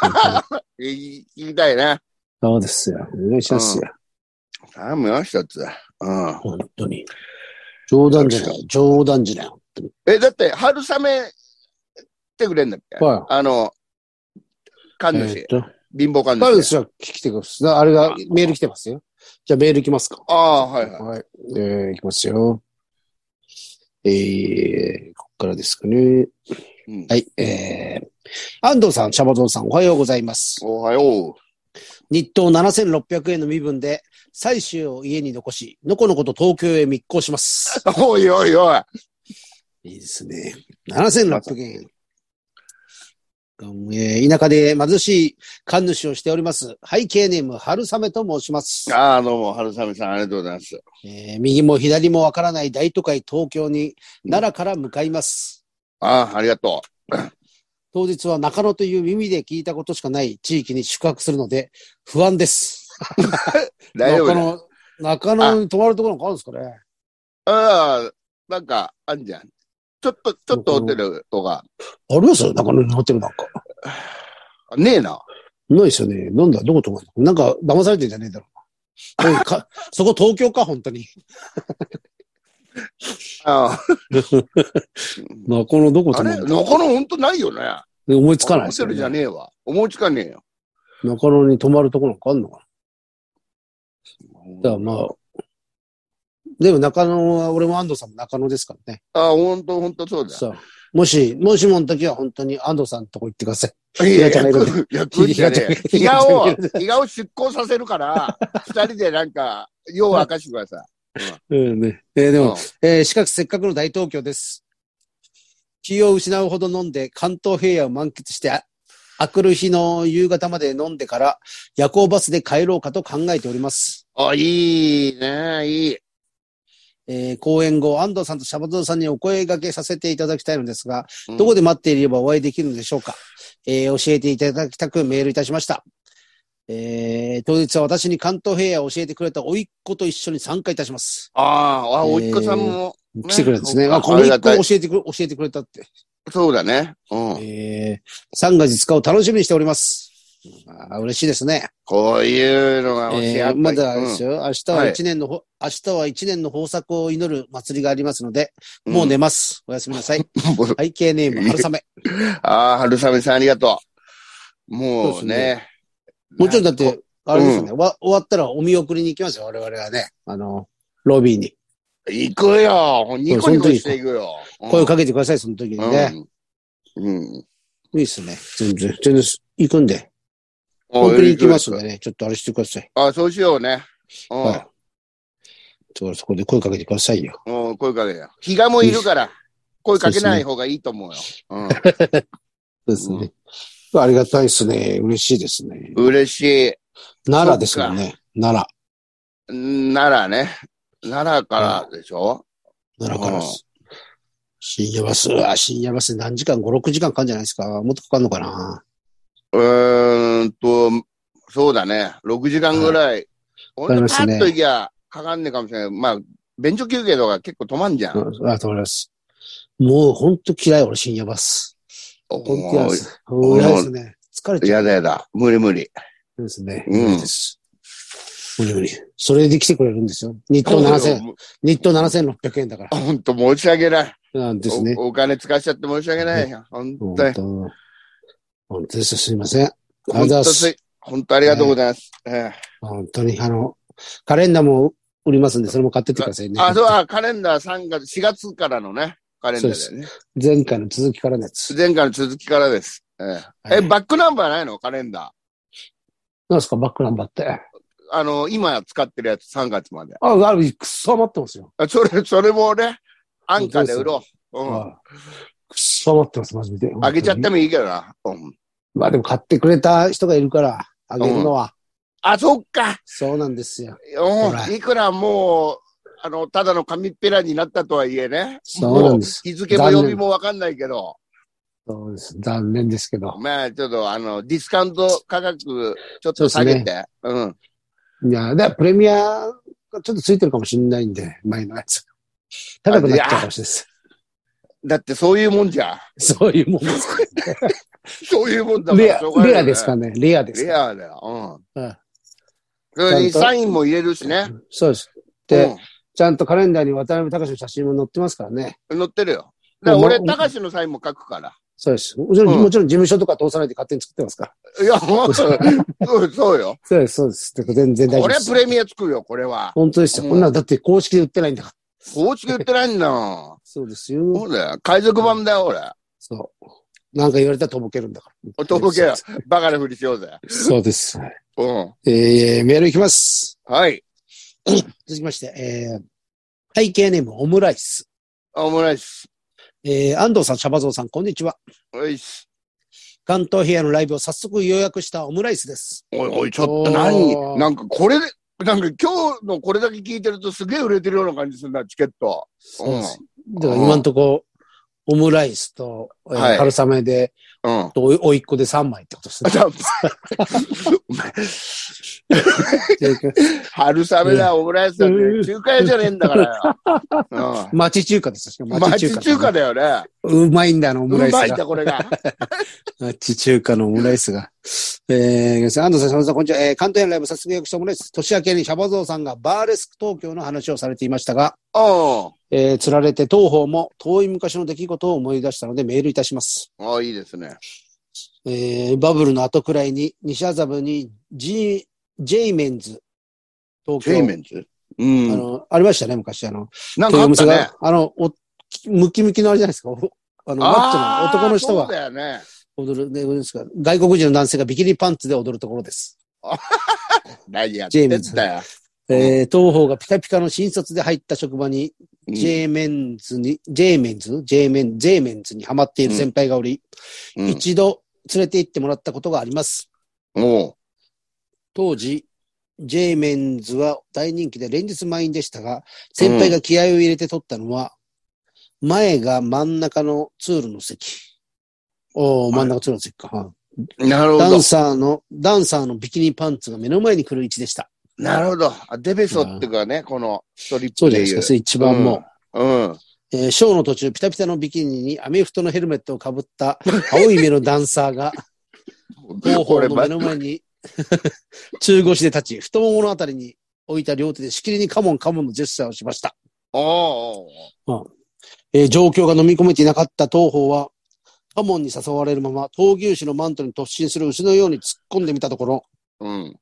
Speaker 2: 聞きたいね。
Speaker 1: そうですよ。お願いしますよ。
Speaker 2: 頼むよ、一つ。うん。
Speaker 1: 本当に。冗談じゃない。冗談じゃない。本当に。
Speaker 2: え、だって、春雨、ってくれんだっけ
Speaker 1: は
Speaker 2: あの、
Speaker 1: い。
Speaker 2: 神
Speaker 1: えー
Speaker 2: 主
Speaker 1: っ、と。
Speaker 2: 貧乏神
Speaker 1: 彼
Speaker 2: 主。
Speaker 1: 氏は聞きてください。あれがメール来てますよ。じゃあメール来ますか。
Speaker 2: ああ、はいはい。
Speaker 1: はい。えー、いきますよ。えー、ここからですかね。
Speaker 2: うん
Speaker 1: はい。えー、安藤さん、シャバゾンさん、おはようございます。
Speaker 2: おはよ
Speaker 1: 日当7600円の身分で、妻子を家に残し、のこのこと東京へ密航し ます。
Speaker 2: う。 おいおいおい。
Speaker 1: いいですね。7600円。うんえー田舎で貧しい神主をしております。背景ネーム、春雨と申します。
Speaker 2: ああ、どうも、春雨さん、ありがとうございます。
Speaker 1: えー右も左もわからない大都会東京に
Speaker 2: うん
Speaker 1: 奈良から向かいます。
Speaker 2: ああ、ありがと
Speaker 1: 当日は中野という耳で聞いたことしかない地域に宿泊するので不安です。
Speaker 2: う。大丈夫
Speaker 1: 中
Speaker 2: だ。
Speaker 1: 野、中野に泊まるところなんかあるんですかね
Speaker 2: ああ、なんか、あんじゃん。ちょっと、ちょっとホテルとか、
Speaker 1: ありますよ、中野にホテルなんか。
Speaker 2: ねえな。
Speaker 1: ないですよね。なんだ、どこ泊まるのなんか騙されてんじゃねえだろうな。おい かそこ東京か、本当に。
Speaker 2: ああ
Speaker 1: 中野どこ
Speaker 2: あ
Speaker 1: 泊ま
Speaker 2: れ
Speaker 1: る
Speaker 2: 中野ほんとないよね。
Speaker 1: の思いつかない
Speaker 2: ホ
Speaker 1: です
Speaker 2: テ
Speaker 1: よ
Speaker 2: ル
Speaker 1: ね、
Speaker 2: じゃねえわ。思いつかねえよ。
Speaker 1: 中野に泊まるところなんかあるのかだからまあ、でも中野は、俺も安藤さんも中野ですからね。
Speaker 2: あ、本当本当そうだ。
Speaker 1: そう。もし、もしもの時は本当に安藤さんのとこ行ってください。
Speaker 2: いやい
Speaker 1: ひがちゃんがいるん
Speaker 2: や、役員じゃねえ。
Speaker 1: ひ
Speaker 2: ひ
Speaker 1: が
Speaker 2: が
Speaker 1: ちゃん
Speaker 2: を
Speaker 1: がいるん、
Speaker 2: ひがを出向させるから、二人でなんか、よう明かしてください。
Speaker 1: うんね。えーで
Speaker 2: で
Speaker 1: も、、えー、しかしせっかくの大東京です。気を失うほど飲んで関東平野を満喫して、ああくる日の夕方まで飲んでから夜行バスで帰ろうかと考えております。
Speaker 2: あ、いいね、いい。
Speaker 1: えー、公演後、安藤さんとシャバドゥさんにお声掛けさせていただきたいのですが、
Speaker 2: うん
Speaker 1: どこで待っていればお会いできるのでしょうか、えー教えていただきたくメールいたしました。えー当日は私に関東平野を教えてくれた甥っ子と一緒に参加いたします。
Speaker 2: ああ、あ、おいっ子さんも、
Speaker 1: 来てくれたんですね。
Speaker 2: ね
Speaker 1: あ、この
Speaker 2: あ
Speaker 1: 甥
Speaker 2: り
Speaker 1: っ
Speaker 2: が
Speaker 1: 子
Speaker 2: たい
Speaker 1: を教えてくれ、教えてくれたって。
Speaker 2: そうだね。うん。
Speaker 1: えー、3月5日を楽しみにしております。あー嬉しいですね。
Speaker 2: こういうのが教え
Speaker 1: え
Speaker 2: 合っ
Speaker 1: ー
Speaker 2: た
Speaker 1: まだです
Speaker 2: よ。
Speaker 1: よ、明日は一年のほ、明日は一年の豊作を祈る祭りがありますので、もう寝ます。おやすみな さい。
Speaker 2: うん。もう
Speaker 1: 背景ネーム、春雨。
Speaker 2: ああ、春雨さんありがとう。も
Speaker 1: そううです
Speaker 2: ね。
Speaker 1: もちろんだって、あれですよね、わ終わったらお見送りに行きますよ、我々はね。あの、ロビーに。
Speaker 2: 行くよ。ニコニコしていくよ。
Speaker 1: 声をかけてください、その時にね。
Speaker 2: うん。うん。
Speaker 1: いいっすね。全然、全然、行くんで。
Speaker 2: お
Speaker 1: 送りに行きますんでね、ちょっとあれしてください。
Speaker 2: あ、そうしようね。うん
Speaker 1: はい。だからそこで声かけてくださいよ。
Speaker 2: うん、声かけよ。比嘉もいるから、声かけない方がいいと思うよ。
Speaker 1: そうですね。ありがたいですね。嬉しいですね。
Speaker 2: うん。嬉し
Speaker 1: 奈良ですもんね。奈
Speaker 2: い。ん奈良ね。奈良からでしょ、
Speaker 1: 良。奈良からです。深夜バス、うわ深夜バスで何時間 ?5、6時間かかんじゃないですか。もっとかかんのかな
Speaker 2: うーんと、そうだね。6時間ぐらい。ほ
Speaker 1: か
Speaker 2: ん
Speaker 1: りま
Speaker 2: とパ
Speaker 1: したね
Speaker 2: ッと行きゃかかんねえかもしれない。まあ、便所休憩とか結構止まんじゃん。
Speaker 1: うんあ、と思います。もうほんと嫌い、俺深夜バス。
Speaker 2: お
Speaker 1: ほんと嫌いです。
Speaker 2: う
Speaker 1: 嫌いですね。疲れちゃ
Speaker 2: やだやだ。無理無理。
Speaker 1: うんですね。
Speaker 2: うん
Speaker 1: 無理です。無理無理。それで来てくれるんですよ。日当7000、
Speaker 2: もう
Speaker 1: 日当7600円だ から。
Speaker 2: ほんと申し訳ない。
Speaker 1: なんですね。
Speaker 2: おお金使っちゃって申し訳ないよ。ほん
Speaker 1: 本
Speaker 2: とに。
Speaker 1: 当本当です。すいません。ありがとう
Speaker 2: ほ
Speaker 1: ご
Speaker 2: ん
Speaker 1: ざいま
Speaker 2: と
Speaker 1: す
Speaker 2: す。い、ほんとありがとうございます。ええ
Speaker 1: 本当に、あの、カレンダーも売りますんで、それも買ってってくださいね。
Speaker 2: あ、そう、あ、カレンダー3月、4月からのね、カレンダーだよね。
Speaker 1: 前回の続きからのやつ。
Speaker 2: 前回の続きからです。ええ、え
Speaker 1: はい
Speaker 2: バックナンバーないのカレンダ
Speaker 1: なんですか、バックナンバーって。
Speaker 2: ー。あの、今使ってるやつ3月まで。
Speaker 1: あ、ある、くっそ余ってますよ。
Speaker 2: あそれ、それもね、安価で売ろう。うん。
Speaker 1: あくっそ余ってます、マジで。
Speaker 2: あげちゃってもいいけどな。うん。
Speaker 1: まあでも買ってくれた人がいるから、あげるのは。
Speaker 2: あ、そっか。
Speaker 1: そうなんですよ。ほら
Speaker 2: うん。いくらもう、あの、ただの紙っぺらになったとはいえね。
Speaker 1: そうなん
Speaker 2: もう
Speaker 1: です。
Speaker 2: 日付も曜日もわかんないけど。
Speaker 1: そうです。残念ですけど。
Speaker 2: まあ、ちょっと、あの、ディスカウント価格、ちょっと下げ
Speaker 1: そう
Speaker 2: て。うん。
Speaker 1: いや、だからプレミアがちょっとついてるかもしれないんで、前のやつ。高くなっちゃうかもしれないです。
Speaker 2: だって、そういうもんじゃん。
Speaker 1: そういうもんです
Speaker 2: そういうもん
Speaker 1: か。
Speaker 2: だから
Speaker 1: レア
Speaker 2: しょうがない、
Speaker 1: レアですかね。レアです
Speaker 2: レ
Speaker 1: か。
Speaker 2: アだよ。う
Speaker 1: うんん。
Speaker 2: それに
Speaker 1: ちゃんと
Speaker 2: サインも入れるしね。
Speaker 1: そうです。で、ちゃんとカレンダーに渡辺隆の写真も載ってますからね。
Speaker 2: うん、載ってるよ。だから俺、
Speaker 1: もう
Speaker 2: 高橋のサインも書くから。
Speaker 1: そうです。もちろん、
Speaker 2: うん
Speaker 1: もちろん事務所とか通さないで勝手に作ってますから。
Speaker 2: いや、もう、そう そうよ。
Speaker 1: そうです、そうです。だから全然大丈
Speaker 2: こ
Speaker 1: 夫
Speaker 2: れ
Speaker 1: で
Speaker 2: は
Speaker 1: す。
Speaker 2: プレミアつくよ、これは。
Speaker 1: 本当ですよ。
Speaker 2: うん
Speaker 1: こんなのだって公式で売ってないんだから。
Speaker 2: 公式言ってないんだも
Speaker 1: そうです
Speaker 2: ん。
Speaker 1: よ。
Speaker 2: そうだよ。海賊版だよ、俺。
Speaker 1: そう。なんか言われたらとぼけるんだから。
Speaker 2: とぼけよ。バカなふりしようぜ。
Speaker 1: そうです。
Speaker 2: うん。
Speaker 1: えー、メールいきます。
Speaker 2: はい。
Speaker 1: 続きまして、えー、背景ネームオムライス。
Speaker 2: オムライス。
Speaker 1: えー、安藤さん、シャバゾウさん、こんにちは。
Speaker 2: おいし。
Speaker 1: 関東平野のライブを早速予約したオムライスです。
Speaker 2: おいおい、ちょっと
Speaker 1: お
Speaker 2: 何
Speaker 1: ー
Speaker 2: なんかこれ、なんか今日のこれだけ聞いてるとすげえ売れてるような感じするな、チケット。
Speaker 1: そうです。だから今んとこ、オムライスと、えー
Speaker 2: はい
Speaker 1: 春雨で、
Speaker 2: うん。
Speaker 1: とおい、おいっ子で3枚ってことです ね。
Speaker 2: じゃあお前春雨だ、オムライスだ
Speaker 1: う
Speaker 2: ね。
Speaker 1: ん
Speaker 2: 中華屋じゃねえんだからよ。
Speaker 1: 町中華ですよ。しか
Speaker 2: うん
Speaker 1: も
Speaker 2: 町中華
Speaker 1: で。
Speaker 2: だよね。
Speaker 1: うまいんだ、あの、オ
Speaker 2: う
Speaker 1: ムライス
Speaker 2: まいん
Speaker 1: が。
Speaker 2: だ、これが。
Speaker 1: 町中華のオムライスが。えー、安藤さん、シャバさん、こんにちは。えー、関東へのライブ早速予約したオムライス。年明けにシャバゾウさんがバーレスク東京の話をされていましたが、
Speaker 2: お
Speaker 1: えー、釣られて東方も遠い昔の出来事を思い出したのでメールいたします。
Speaker 2: うん。あいいですね。
Speaker 1: えー、バブルの後くらいに西麻布に G、ジェイメンズ、東
Speaker 2: ジェイメ
Speaker 1: 京。
Speaker 2: ンズう
Speaker 1: あ
Speaker 2: ん。
Speaker 1: の、ありましたね、昔。あの、
Speaker 2: なんかあった
Speaker 1: が、
Speaker 2: ね。
Speaker 1: あの、お、ムキムキのあれじゃないですか。おあの、マッチョ
Speaker 2: あ
Speaker 1: な
Speaker 2: ー
Speaker 1: 男の人
Speaker 2: そう
Speaker 1: が
Speaker 2: だよね。
Speaker 1: 踊る、ね、踊るんですか。外国人の男性がビキニパンツで踊るところです。
Speaker 2: 何やってんだよ。
Speaker 1: えー、東方がピカピカの新卒で入った職場に、
Speaker 2: うん
Speaker 1: J メンズに、J メンズ ?J メン、J メンズにハマっている先輩がおり、
Speaker 2: うん
Speaker 1: 一度連れて行ってもらったことがあります。
Speaker 2: も
Speaker 1: 当時、J メンズは大人気で連日満員でしたが、先輩が気合を入れて取ったのは、前が真ん中のツールの席。おお真ん中ツールの席か。は
Speaker 2: う、な
Speaker 1: い
Speaker 2: るほ
Speaker 1: ダ
Speaker 2: ど
Speaker 1: ン。サーの、ダンサーのビキニパンツが目の前に来る位置でした。
Speaker 2: なるほど。あデベソっていうかね、このストリッ
Speaker 1: そう
Speaker 2: プ
Speaker 1: じゃな
Speaker 2: で
Speaker 1: い
Speaker 2: い
Speaker 1: で
Speaker 2: う
Speaker 1: す。か、一番もう。
Speaker 2: うん。
Speaker 1: えーショーの途中、ピタピタのビキニにアメフトのヘルメットをかぶった青い目のダンサーが、後
Speaker 2: こ
Speaker 1: 方
Speaker 2: れ、
Speaker 1: の
Speaker 2: ま
Speaker 1: 目、の前に 中腰で立ち、太もものあたりに置いた両手でしきりにカモンカモンのジェスチャーをしました。
Speaker 2: おーおー
Speaker 1: えー状況が飲み込めていなかった東方は、カモンに誘われるまま、闘牛士のマントに突進する牛のように突っ込んでみたところ、
Speaker 2: うん。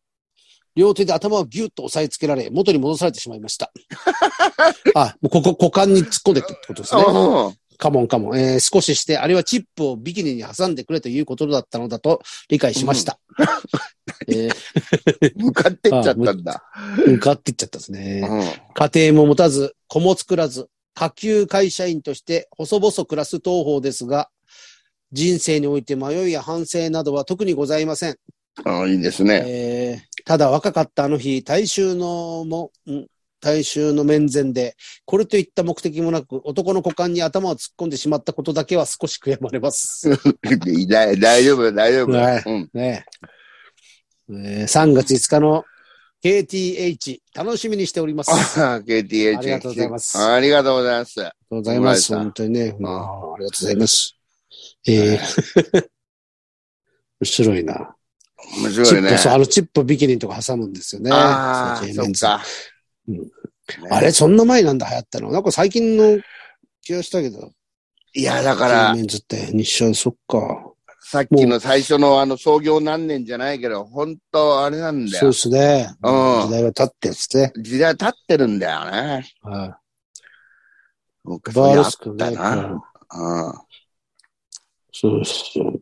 Speaker 1: 両手で頭をギュッと押さえつけられ、元に戻されてしまいま した。あ、もうここ、股間に突っ込んでったってことですね。
Speaker 2: あ
Speaker 1: カモンカモン。えー少しして、あれはチップをビキニに挟んでくれということだったのだと理解しました。 え
Speaker 2: ー向かってっちゃったんだ。
Speaker 1: ー向かっていっちゃったです
Speaker 2: う
Speaker 1: ね。
Speaker 2: ん。
Speaker 1: 家庭も持たず、子も作らず、下級会社員として細々暮らす東方ですが、人生において迷いや反省などは特にございません。
Speaker 2: あーいいですね。
Speaker 1: えーただ若かったあの日、大衆のも、ん大衆の面前で、これといった目的もなく、男の股間に頭を突っ込んでしまったことだけは少し悔やまれます。
Speaker 2: いない大丈夫、大丈夫。
Speaker 1: はい
Speaker 2: うん。
Speaker 1: ねえ。えー3月5日の KTH、楽しみにしております。
Speaker 2: あ
Speaker 1: あり
Speaker 2: ー KTH。
Speaker 1: ありがとうございます
Speaker 2: ありがとうございます。
Speaker 1: がとうございます。
Speaker 2: 村井さん
Speaker 1: 本当にね。
Speaker 2: ん
Speaker 1: まあ、ありがとうございます。えー、 面白いな。
Speaker 2: 面
Speaker 1: チ
Speaker 2: 白い
Speaker 1: ッ
Speaker 2: ね
Speaker 1: プ、。そう、あのチップビキニとか挟むんですよね。
Speaker 2: ああ、
Speaker 1: そう
Speaker 2: そっ。か。
Speaker 1: うん
Speaker 2: ね
Speaker 1: あれ、そんな前なんだ、流行ったの。なんか最近の気がしたけど。
Speaker 2: いや、だから、
Speaker 1: メンズって、日清、そっか。
Speaker 2: さっきの最初のあの創業何年じゃないけど、本当あれなんだ
Speaker 1: そう
Speaker 2: よ
Speaker 1: で。すね。
Speaker 2: うん
Speaker 1: 時代は経ってんですね。
Speaker 2: 時代経ってるんだよね。
Speaker 1: はいバ
Speaker 2: 僕そう
Speaker 1: ー
Speaker 2: や
Speaker 1: レ
Speaker 2: っ
Speaker 1: スク
Speaker 2: た
Speaker 1: ね。
Speaker 2: な。
Speaker 1: うん
Speaker 2: うん
Speaker 1: そうですよ。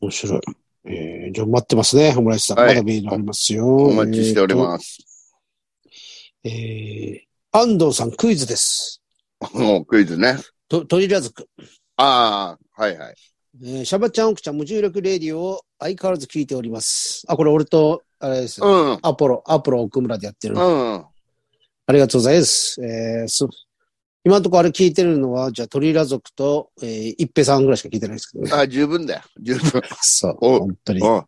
Speaker 1: 面白い。えー、じゃあ待ってますね、オムライスさん。
Speaker 2: はい
Speaker 1: まだメールありますよ。
Speaker 2: お待ちしております。
Speaker 1: えーと。えー、安藤さんクイズです。
Speaker 2: もうクイズね。
Speaker 1: と、トリラズク。
Speaker 2: ああ、はいはい。
Speaker 1: えー、シャバちゃん、奥ちゃん、無重力レディオを相変わらず聞いております。あ、これ俺と、あれですよ。
Speaker 2: うん。
Speaker 1: アポロ、アポロ奥村でやってる。
Speaker 2: うん。
Speaker 1: ありがとうございます。えー、す、今のところあれ聞いてるのは、じゃあ、トリラ族と、えー、一平さんぐらいしか聞いてないですけどね。
Speaker 2: あ十分だよ。十分。
Speaker 1: そう、
Speaker 2: お
Speaker 1: 本当に。
Speaker 2: うん。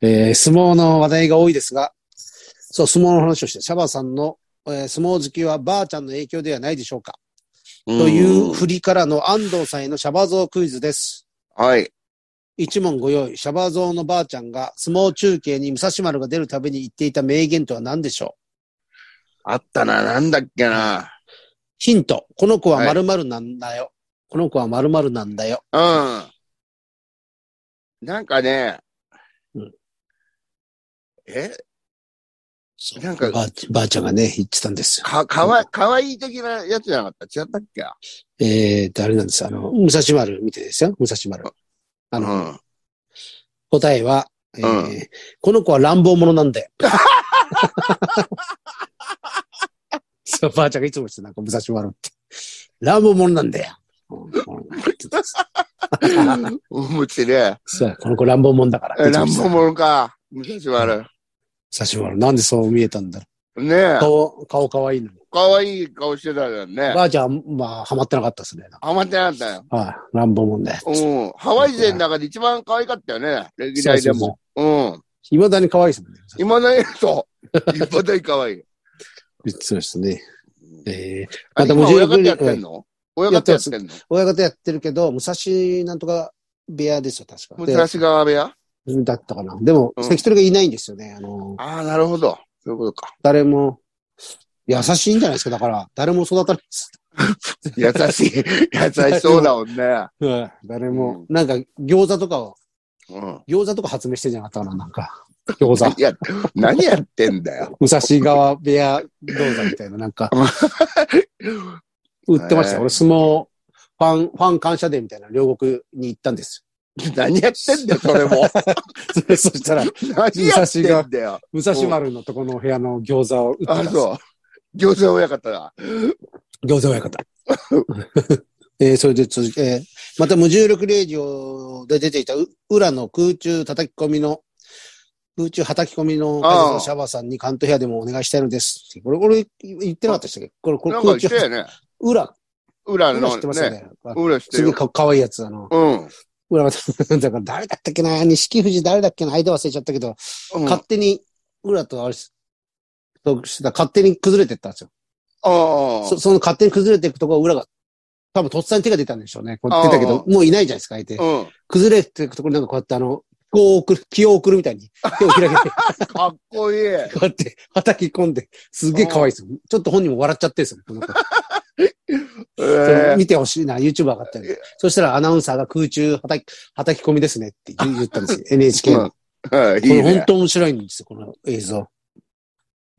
Speaker 1: えー相撲の話題が多いですが、そう、相撲の話をして、シャバさんの、えー相撲好きはばあちゃんの影響ではないでしょうか、という振りからの安藤さんへのシャバ像クイズです。
Speaker 2: はい。
Speaker 1: 一問ご用意、シャバ像のばあちゃんが相撲中継に武蔵丸が出るたびに言っていた名言とは何でしょう
Speaker 2: あったな。なんだっけな。
Speaker 1: ヒント、この子は
Speaker 2: はい
Speaker 1: 〇〇なんだよ。この子は〇〇なんだよ。
Speaker 2: うん。なんかね
Speaker 1: うん。
Speaker 2: え
Speaker 1: そう
Speaker 2: なんか
Speaker 1: ばあばあちゃんがね、言ってたんですよ。
Speaker 2: か、かわい、かわいい的なやつじゃなかった違ったっけ
Speaker 1: えー、と、あれなんです。あの、武蔵丸見てですよ。武蔵丸。あ
Speaker 2: う
Speaker 1: の、
Speaker 2: ん。
Speaker 1: 答えは、えー
Speaker 2: う
Speaker 1: この子は乱暴者なん で。そう、ばあちゃんがいつもしてなんか武蔵丸って。乱暴者なんだよ。うんうん
Speaker 2: 面白い。
Speaker 1: そう、この子乱暴者だから。
Speaker 2: え、乱暴者か。武蔵丸。
Speaker 1: 武蔵丸、なんでそう見えたんだろ
Speaker 2: ね
Speaker 1: う。
Speaker 2: え。
Speaker 1: 顔、顔可愛いのに。
Speaker 2: かわいい顔してたよね。
Speaker 1: ばあちゃん、まあ、ハマってなかったですね。
Speaker 2: ハマってなかったよ。
Speaker 1: はい、乱暴者だよ。
Speaker 2: うん。ハワイ勢の中で一番可愛かったよね。歴代でも。うん。
Speaker 1: いまだに可愛いですもんね。
Speaker 2: 今のやつと、今だに可愛い。
Speaker 1: そうですね。えー、
Speaker 2: あ
Speaker 1: また
Speaker 2: 今
Speaker 1: 無重
Speaker 2: 親
Speaker 1: 力
Speaker 2: 方やってんの親方やってんの
Speaker 1: 親方やってるけど、武蔵なんとか部屋ですよ、確か。
Speaker 2: 武蔵川部屋
Speaker 1: でだったかな。でも、
Speaker 2: うん
Speaker 1: 関取がいないんですよね。あの、
Speaker 2: ああ、なるほど。そういうことか。
Speaker 1: 誰も、優しいんじゃないですか。だから、誰も育たないです。
Speaker 2: 優 しい。優しそうだもんね。
Speaker 1: 誰も
Speaker 2: うん、
Speaker 1: なんか、餃子とかを
Speaker 2: うん。
Speaker 1: 餃子とか発明してんじゃなかったかな、なんか。餃子。
Speaker 2: いや、何やってんだよ。
Speaker 1: 武蔵川部屋餃子みたいな、なんか。売ってまし
Speaker 2: え
Speaker 1: た。
Speaker 2: ー
Speaker 1: 俺、相撲、ファン、ファン感謝デーみたいな両国に行ったんです
Speaker 2: 何やってんだよ、それも。
Speaker 1: よ。そしたら、
Speaker 2: 何やってんだよ。
Speaker 1: 武蔵丸のとこのお部屋の餃子を売ってたん
Speaker 2: あ、
Speaker 1: ですよ。
Speaker 2: そう。餃子親方だ。
Speaker 1: 餃子親方。 えーそれで続いて、えーまた無重力レイジオで出ていたう裏の空中叩き込みの、空中叩き込みの解説のシャバーさんに関東部屋でもお願いしたいのです。これ、俺言ってなかったでしたっけこれ、これ
Speaker 2: なんか言
Speaker 1: 空
Speaker 2: って
Speaker 1: 中
Speaker 2: た、よね。
Speaker 1: 裏、
Speaker 2: 裏
Speaker 1: 裏
Speaker 2: の
Speaker 1: 知ってますよ
Speaker 2: ね。
Speaker 1: ね。あ
Speaker 2: 裏して
Speaker 1: す
Speaker 2: る
Speaker 1: げえ
Speaker 2: よ。
Speaker 1: かかわいいやつ、あの、
Speaker 2: うん。
Speaker 1: 裏が、だから誰だったっけな錦富士誰だっけな相手忘れちゃったけど、
Speaker 2: うん
Speaker 1: 勝手に、裏とあれし、としてた勝手に崩れてったんですよ。
Speaker 2: ああ
Speaker 1: そその勝手に崩れていくところ、裏が、多分とっさに手が出たんでしょうね。こう出たけど、もういないじゃないですか、相手。
Speaker 2: うん。
Speaker 1: 崩れていくところなんかこうやってあの、こう送る、気を送るみたいに手を開け て、こ
Speaker 2: かっこいい。
Speaker 1: うやって叩き込んで、すっげえ可愛いですよ。ちょっと本人も笑っちゃってるんですよ、この子。
Speaker 2: え
Speaker 1: それ
Speaker 2: え
Speaker 1: 見てほしいな、YouTuber 上がったり。そしたらアナウンサーが空中叩き、叩き込みですねって言言ったんですよ、NHK の。
Speaker 2: うんはいい
Speaker 1: こ
Speaker 2: い
Speaker 1: れ本
Speaker 2: ね。
Speaker 1: 当面白いんですよ、この映像。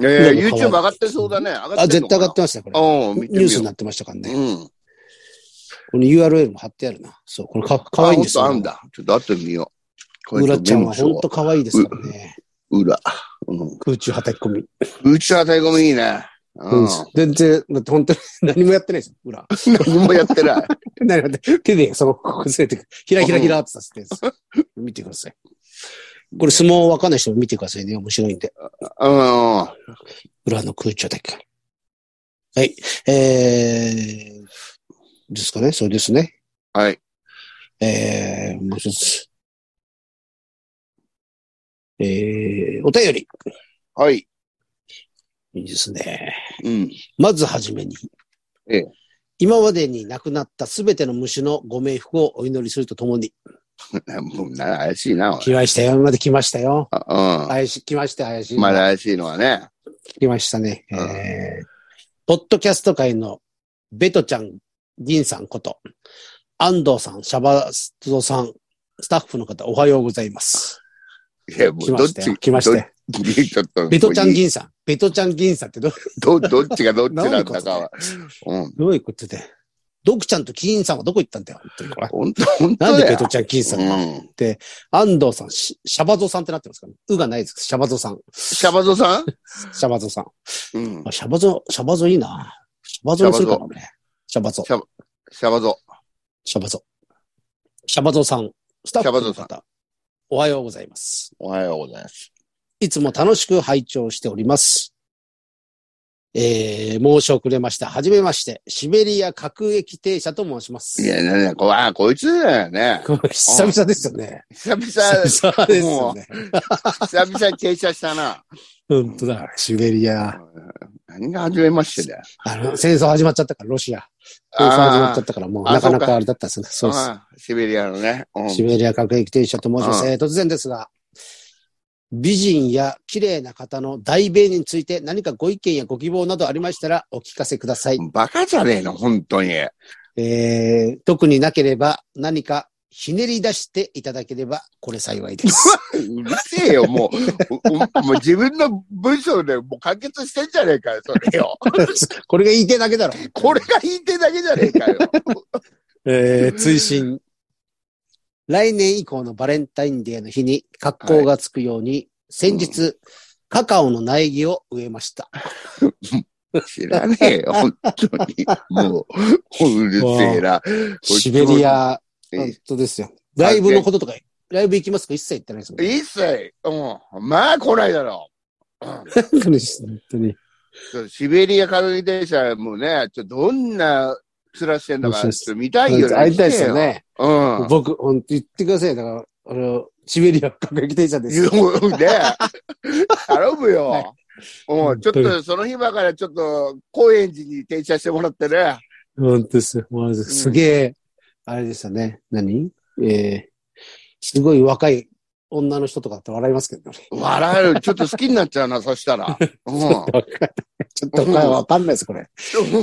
Speaker 2: ええ
Speaker 1: なんか
Speaker 2: YouTube
Speaker 1: 変わ
Speaker 2: 上がってそうだね。上が
Speaker 1: あ、
Speaker 2: ってんの
Speaker 1: 絶対
Speaker 2: かな
Speaker 1: 上がってましたね、これ。
Speaker 2: うん、見て
Speaker 1: ニ
Speaker 2: み
Speaker 1: ュー
Speaker 2: よう
Speaker 1: スになってましたからね。
Speaker 2: うん。
Speaker 1: この URL も貼ってあるな。そう、これか可愛いんですよ。
Speaker 2: あ、ほんとあんだ。ちょっと後で見よう。
Speaker 1: うらちゃんは
Speaker 2: ほ
Speaker 1: 本当可愛いですからね。
Speaker 2: 裏。うん。
Speaker 1: 空中叩き込み。
Speaker 2: 宇宙当たり込みいいね。うん。
Speaker 1: 全然、だって本当に何もやってないですよ、裏。
Speaker 2: 何もやってない。
Speaker 1: 何もやって手でその、崩れてくる。ひらひらひらってさせ てるんですよ見てください。これ相撲わかんない人も見てくださいね。面白いんで。
Speaker 2: うん。
Speaker 1: 裏の空中叩き込み。はい。えー、ですかね。そうですね。
Speaker 2: はい。
Speaker 1: えー、もう一つ。えー、お便り。
Speaker 2: はい。
Speaker 1: いいですね。
Speaker 2: うん。
Speaker 1: まずはじめに。
Speaker 2: ええ
Speaker 1: 今までに亡くなったすべての虫のご冥福をお祈りするとともに、
Speaker 2: もう、な、怪しいな、おい
Speaker 1: 来ましたよ、まで来ましたよ。
Speaker 2: あ
Speaker 1: 怪し、来ました、怪し
Speaker 2: う
Speaker 1: い。
Speaker 2: ん。まだ怪しいのはね。
Speaker 1: 来ましたね。えーポッドキャスト界のベトちゃん、銀さんこと、安藤さん、シャバストさん、スタッフの方、おはようございます。
Speaker 2: いや、も
Speaker 1: 来
Speaker 2: う、
Speaker 1: ま
Speaker 2: どっ
Speaker 1: した
Speaker 2: ち
Speaker 1: よ。、来ましたよ。
Speaker 2: どちょっと、
Speaker 1: ベトちゃん、銀さん。ベトちゃん、銀さんってど
Speaker 2: ど、どっちがどっちなんだか
Speaker 1: どういう
Speaker 2: は。うん。
Speaker 1: どういうことで。ドクちゃんと金さんはどこ行ったんだよ、本当にこれ。
Speaker 2: 本当本当
Speaker 1: なんで
Speaker 2: だ
Speaker 1: ベ
Speaker 2: よ。
Speaker 1: トちゃん、金さん。
Speaker 2: うん。
Speaker 1: 安藤さん、シシャバゾさんってなってますからね。うがないです。シャバゾさん。
Speaker 2: シャバゾさん
Speaker 1: シャバゾさん。
Speaker 2: うん
Speaker 1: あ。シャバゾ、シャバゾいいな。シャバゾにするかもね。シャバゾ
Speaker 2: シ、ャバ、シャバゾ。
Speaker 1: シャバゾ。シャバゾさん、スタッフの
Speaker 2: シャバ
Speaker 1: 方、おはようございます。
Speaker 2: おはようございます。
Speaker 1: いつも楽しく拝聴しております。えー、申し遅れました。はじめまして、シベリア各駅停車と申します。
Speaker 2: いや、なんだ、こ、あ、こいつだよね。
Speaker 1: これ久々ですよね。
Speaker 2: 久 々、久
Speaker 1: 久々ですよね。
Speaker 2: 々に停車したな。
Speaker 1: 本当だ、シベリア。
Speaker 2: 何が初めましてだよ。
Speaker 1: あの、戦争始まっちゃったから、ロシア。戦争始まっちゃったから、もう
Speaker 2: あー
Speaker 1: なかなかあれだったんですね。
Speaker 2: あ
Speaker 1: そうです。
Speaker 2: あシベリアのね。うん
Speaker 1: シベリア核兵器停車と申します。
Speaker 2: うん
Speaker 1: えー突然ですが、美人や綺麗な方の代弁について何かご意見やご希望などありましたらお聞かせください。
Speaker 2: バカじゃねえの、本当に。
Speaker 1: えー特になければ何かひねり出していただければこれ幸いです。
Speaker 2: うるせえよ、もう。ううもう自分の文章でもう完結してんじゃねえかよ、それよ。
Speaker 1: これが言いてえだけだろ。
Speaker 2: これが言いてえだけじゃねえかよ。
Speaker 1: えー、追伸。来年以降のバレンタインデーの日に格好がつくように、先日、カカオの苗木を植えました。
Speaker 2: 知らねえよ、本当に。もう、うるせえな。
Speaker 1: シベリア、
Speaker 2: え
Speaker 1: 本当ですよ。ライブのこととか、ライブ行きますか一切行ってないですもんね。
Speaker 2: 一切、うん。まあ来ないだろう。うん
Speaker 1: 本当に。
Speaker 2: そうシベリア軽井電車もね、ちょっとどんな面してんの
Speaker 1: 面白い
Speaker 2: か、
Speaker 1: で
Speaker 2: ちょっと見たいよね。
Speaker 1: 会いたいですよね。
Speaker 2: 見てよ。うん。
Speaker 1: 僕、本当言ってください。だから、あの、シベリア各駅停車で
Speaker 2: いや
Speaker 1: す。
Speaker 2: もうね、 頼むよ。
Speaker 1: はい
Speaker 2: うん、ちょっとその日ばからちょっと高円寺に停車してもらってね。
Speaker 1: 本当ですよ。まず、すげえ、あれでしたね。何えー、すごい若い女の人とかだって笑いますけどね。
Speaker 2: 笑える。ちょっと好きになっちゃうな、そし たら。うん。
Speaker 1: わかんないちょっとこれわかんないです、これ。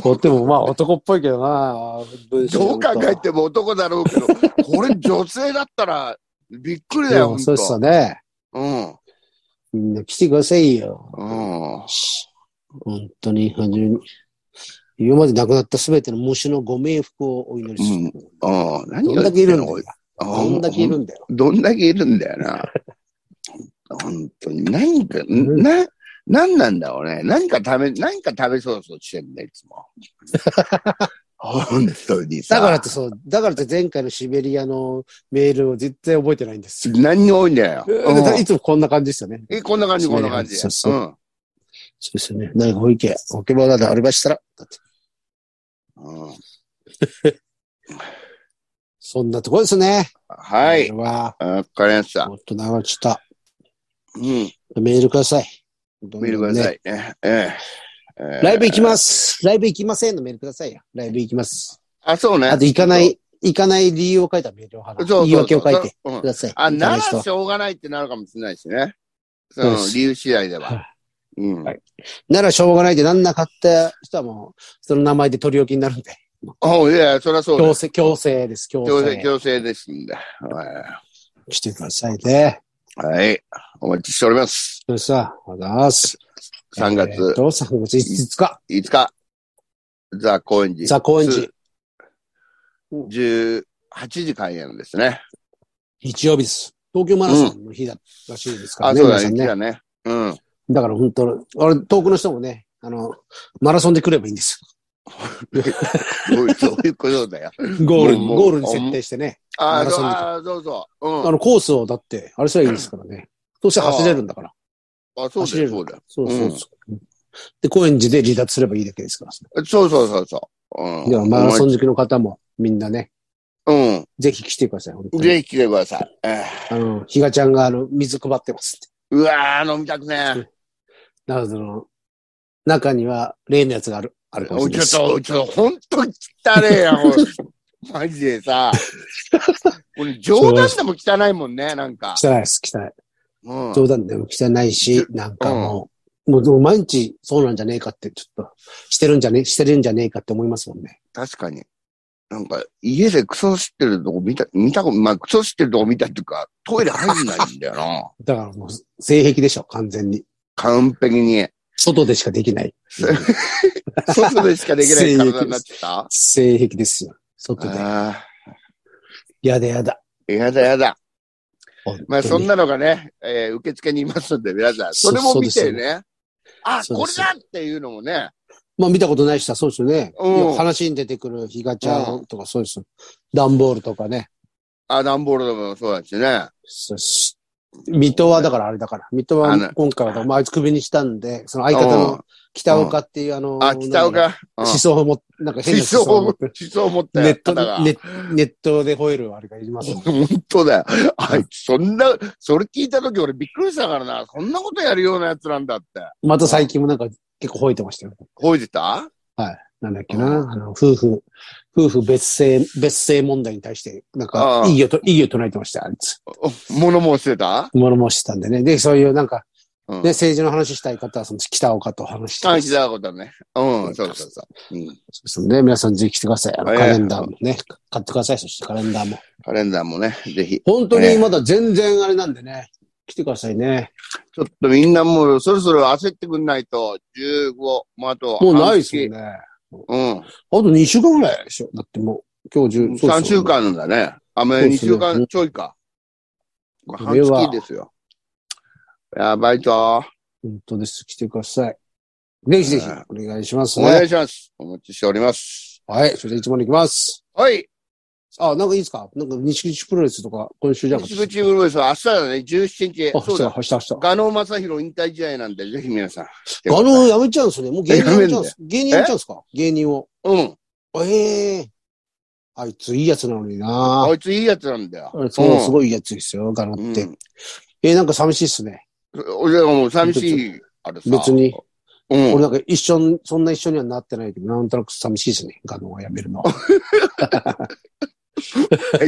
Speaker 1: とっても、まあ男っぽいけどな
Speaker 2: どう考えても男だろうけど、これ女性だったらびっくりだよ、
Speaker 1: う
Speaker 2: ほ
Speaker 1: ん
Speaker 2: ん
Speaker 1: そう
Speaker 2: と
Speaker 1: っ。すよね。
Speaker 2: うん。
Speaker 1: みんな来てくださいよ。
Speaker 2: うん。
Speaker 1: 本当に、はじめ今まで亡くなったすべての虫のご冥福をお祈りする。
Speaker 2: うん。何
Speaker 1: どんだけいるんだよ。
Speaker 2: あ
Speaker 1: どんだけいるんだよ。
Speaker 2: どんだけいるんだよな。本当に。何か、な、何なんだろうね。何か食べ、何か食べそうそうしてんだよ、いつも。本当にさ。
Speaker 1: だからってそう、だからって前回のシベリアのメールを絶対覚えてないんですよ。
Speaker 2: 何が多いんだよ。うん
Speaker 1: いつもこんな感じですよね。
Speaker 2: え、こんな感じ、こんな感じ。
Speaker 1: そうそう
Speaker 2: うん
Speaker 1: そうですよね。何かご意見、ご希望などありましたら、だって
Speaker 2: うん。
Speaker 1: そんなとこですね。
Speaker 2: はい。
Speaker 1: わ
Speaker 2: わかりまし
Speaker 1: あ、
Speaker 2: た。
Speaker 1: もっと長くした。
Speaker 2: うん。
Speaker 1: メールください。どんどん
Speaker 2: 見
Speaker 1: ね
Speaker 2: てくださいね。ええ。ええ
Speaker 1: ライブ行きます。ライブ行きませんのメールくださいよ。ライブ行きます。
Speaker 2: あ、そうね。
Speaker 1: あと行かな。い、行かない理由を書いたメールを貼
Speaker 2: そう
Speaker 1: る。
Speaker 2: そうそう
Speaker 1: 言い訳を書いて。
Speaker 2: うん
Speaker 1: ください。
Speaker 2: あ、なら
Speaker 1: 行かい人は
Speaker 2: しょうがないってなるかもしれないしね。そ
Speaker 1: そう
Speaker 2: の
Speaker 1: です
Speaker 2: 理由次第で
Speaker 1: は
Speaker 2: は。うん。
Speaker 1: はいならしょうがないでなんなかった人はもう、その名前で取り置きになるんで。
Speaker 2: あ、いやいや、そりゃそう
Speaker 1: 強
Speaker 2: です。
Speaker 1: 制、強制です。強
Speaker 2: 強制、
Speaker 1: 制。
Speaker 2: 強制ですんで。は
Speaker 1: 来てくださいね。
Speaker 2: いはい。お待ちしております。
Speaker 1: それさ、ありがとうございます。
Speaker 2: 3
Speaker 1: えーっ
Speaker 2: 月
Speaker 1: と、3月5日、
Speaker 2: 5日、ザ・高円寺。
Speaker 1: ザ・高円寺、
Speaker 2: 18時開演ですね。
Speaker 1: 日曜日です。東京マラソンの日だったらしいですから
Speaker 2: あ、
Speaker 1: ね。
Speaker 2: そう
Speaker 1: 皆
Speaker 2: だ
Speaker 1: さん
Speaker 2: ね。
Speaker 1: ね
Speaker 2: だね。うん。
Speaker 1: だから本当、あれ、遠くの人もね、あの、マラソンで来ればいいんです
Speaker 2: そうそういうこと だよ。
Speaker 1: よ。ゴールに、
Speaker 2: もう
Speaker 1: ゴールに設定してね。マ
Speaker 2: あ
Speaker 1: ラ
Speaker 2: そう
Speaker 1: ソン
Speaker 2: あ、そうそう。
Speaker 1: あの、コースをだって、あれすらいいですからね。そして走れるんだから。
Speaker 2: うん。あ、そう
Speaker 1: 走
Speaker 2: だ
Speaker 1: れる
Speaker 2: よ、そうだよ。
Speaker 1: そうそうそう。で、高円寺で離脱すればいいだけですから。
Speaker 2: そうそうそうそう。うん。
Speaker 1: では、マラソン好きの方も、みんなね、
Speaker 2: うん。
Speaker 1: ぜひ来てください。本当に
Speaker 2: ぜひ来てください。ええ
Speaker 1: あの、ひがちゃんが、あの、水配ってますって。
Speaker 2: うわー、飲みたくね
Speaker 1: だから、その、中には、例のやつがある、あるかも
Speaker 2: お
Speaker 1: しれ
Speaker 2: ち
Speaker 1: な
Speaker 2: ょ
Speaker 1: い
Speaker 2: っと、ちょっと、ほんと汚ねえ や、ほらマジでさ。これ冗談でも汚いもんね、なんか。
Speaker 1: 汚いです、汚い。
Speaker 2: うん。
Speaker 1: 冗談でも汚いし、なんかもう、もうでも毎日そうなんじゃねえかって、ちょっと、してるんじゃね、してるんじゃねえかって思いますもんね。
Speaker 2: 確かに。なんか、家でクソ知ってるとこ見た、見たこまあ、クソ知ってるとこ見たっていうか、トイレ入んないんだ よな。
Speaker 1: だからもう、性癖でしょ、完全に。
Speaker 2: 完璧に。
Speaker 1: 外でしかできない。
Speaker 2: 外でしかできない体になってた。あ
Speaker 1: 性癖ですよ。外で。
Speaker 2: あ
Speaker 1: やだやだ。
Speaker 2: ー、やだやだ。
Speaker 1: 本当に
Speaker 2: まあそんなのがね、えー受付にいますんで、皆さん、それも見
Speaker 1: そうそ
Speaker 2: て
Speaker 1: うで
Speaker 2: ね、あ、
Speaker 1: そう
Speaker 2: こ
Speaker 1: で
Speaker 2: れ
Speaker 1: す
Speaker 2: だっていうのもね、
Speaker 1: まあ見たことない人はそうですよね。
Speaker 2: うん
Speaker 1: 話に出てくるヒガちゃんとかそうですよ。ダンボールとかね。
Speaker 2: あ、ダンボールでもそうだしね、
Speaker 1: そうです水戸はだからあれだから。水戸
Speaker 2: あ
Speaker 1: は
Speaker 2: の
Speaker 1: 今回は、まああいつ首にしたんで、その相方
Speaker 2: う
Speaker 1: の北岡っていうあの、
Speaker 2: あ、北
Speaker 1: なんか
Speaker 2: 岡、うん
Speaker 1: 思想を持って、なんか変な
Speaker 2: 思
Speaker 1: 思想
Speaker 2: 想
Speaker 1: を持
Speaker 2: を
Speaker 1: って、、
Speaker 2: 思想を持った
Speaker 1: ネット、
Speaker 2: 方が。
Speaker 1: ネネットで吠えるあれがいますよ。
Speaker 2: 本当だよ。あいつ、そんな、それ聞いた時俺びっくりしたからな。そんなことやるようなやつなんだって。
Speaker 1: また最近もなんか結構吠えてましたよ。
Speaker 2: 吠えてた
Speaker 1: なんだっけな、あの、夫婦、夫婦別姓、別姓問題に対して、なんか、
Speaker 2: うん
Speaker 1: 異議をと、異議を唱えてましたよ、あいつ。
Speaker 2: 物申してた
Speaker 1: 物申してたんでね。で、そういうなんか、
Speaker 2: うん
Speaker 1: ね、。政治の話したい方は、その北岡と話して
Speaker 2: 感
Speaker 1: ま
Speaker 2: じ
Speaker 1: す。
Speaker 2: たことね。うん、そうそうそう。うん。
Speaker 1: そうですね。皆さんぜひ来てください。あの、
Speaker 2: ええ
Speaker 1: カレンダーもね、買ってください。そしてカレンダーも。
Speaker 2: カレンダーもね、ぜひ。
Speaker 1: 本当
Speaker 2: え
Speaker 1: に
Speaker 2: え
Speaker 1: まだ全然あれなんでね。来てくださいね。
Speaker 2: ちょっとみんなもうそろそろ焦ってくんないと、15、もうあと。
Speaker 1: もうないですも
Speaker 2: ね
Speaker 1: んね。あ
Speaker 2: うん。
Speaker 1: と2週間ぐらいでしょ。だってもう、今日中、
Speaker 2: 3週。間なんだね。あ、まあ、
Speaker 1: そう
Speaker 2: 2
Speaker 1: ですね
Speaker 2: 週間ちょいか。
Speaker 1: こ
Speaker 2: 半
Speaker 1: れは
Speaker 2: 月ですよ。やばいと。
Speaker 1: 本当です。来てください。ぜひぜひ
Speaker 2: ええ、
Speaker 1: お願いします
Speaker 2: お願
Speaker 1: ね。
Speaker 2: いします。お待ちしております。
Speaker 1: はい。それで一問でいきます。
Speaker 2: はい。
Speaker 1: あ、なんかいいですかなんか、西口プロレスとか、今週じゃなかっ
Speaker 2: 西
Speaker 1: た
Speaker 2: 口ブルースは明日だね、17
Speaker 1: あ、そ
Speaker 2: 日。そう
Speaker 1: うだ、
Speaker 2: だ。
Speaker 1: 明日、明日。
Speaker 2: ガノ正弘引退試合なんで、ぜひ皆さん。
Speaker 1: あの、やめちゃうんですよね。もう芸人やめちゃうんです。芸人やめちゃうんですか芸人を。
Speaker 2: うん。
Speaker 1: ええあいついいやつなのに
Speaker 2: あ
Speaker 1: ない
Speaker 2: ついいやつなんだよ。
Speaker 1: そう、す
Speaker 2: い。
Speaker 1: ごいいいやつですよ、ガロって。
Speaker 2: うん
Speaker 1: えーなんか寂しいっすね。
Speaker 2: 俺はもう寂しい。あれさ。
Speaker 1: 別に。
Speaker 2: うん。
Speaker 1: 俺なんか一緒に、そんな一緒にはなってないけど、なんとなく寂しいっすね。ガノがやめるの。
Speaker 2: あい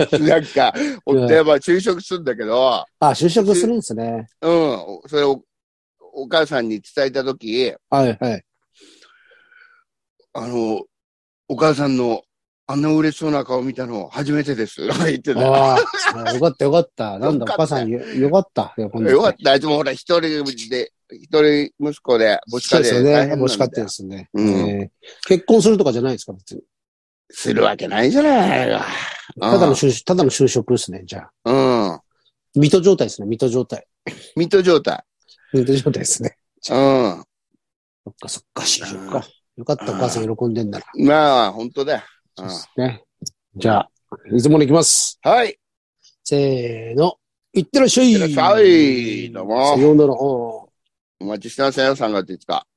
Speaker 2: つ なんか、本当やばい、就職するんだけど、
Speaker 1: あ、就職するんですね。
Speaker 2: うん。それを、お母さんに伝えたとき、
Speaker 1: はい、はい。
Speaker 2: あの、お母さんのあんな嬉しそうな顔見たの初めてです。 とか言ってた。よ
Speaker 1: ああ、よかったよかった。なんだ、お
Speaker 2: よかった
Speaker 1: 母さんよ、よかった。よ
Speaker 2: かった。あいつもほら、一人で、一人息子で、母子
Speaker 1: そう
Speaker 2: 家
Speaker 1: です
Speaker 2: 庭
Speaker 1: よ
Speaker 2: で大変
Speaker 1: ね。
Speaker 2: なんだよ
Speaker 1: もしかってですね、
Speaker 2: うん
Speaker 1: えー結婚するとかじゃないですか、別に。
Speaker 2: するわけないじゃないか。
Speaker 1: ただの就職、ただの就職ですね、じゃあ。
Speaker 2: うん。
Speaker 1: 水戸状態ですね、水戸状態。
Speaker 2: ミット状態。
Speaker 1: 水戸状態ですね。
Speaker 2: うん。
Speaker 1: そっかそっか、就職か。よかった、お母さん喜んでんなら。
Speaker 2: まあ、本当だよ。う
Speaker 1: そ
Speaker 2: ん
Speaker 1: うですね。じゃあ、いつものいきます。
Speaker 2: はい。
Speaker 1: せーの。いってらっしゃい。
Speaker 2: いってらっしゃいどうも
Speaker 1: さようなら。
Speaker 2: お待ちしてますよ、3月5日。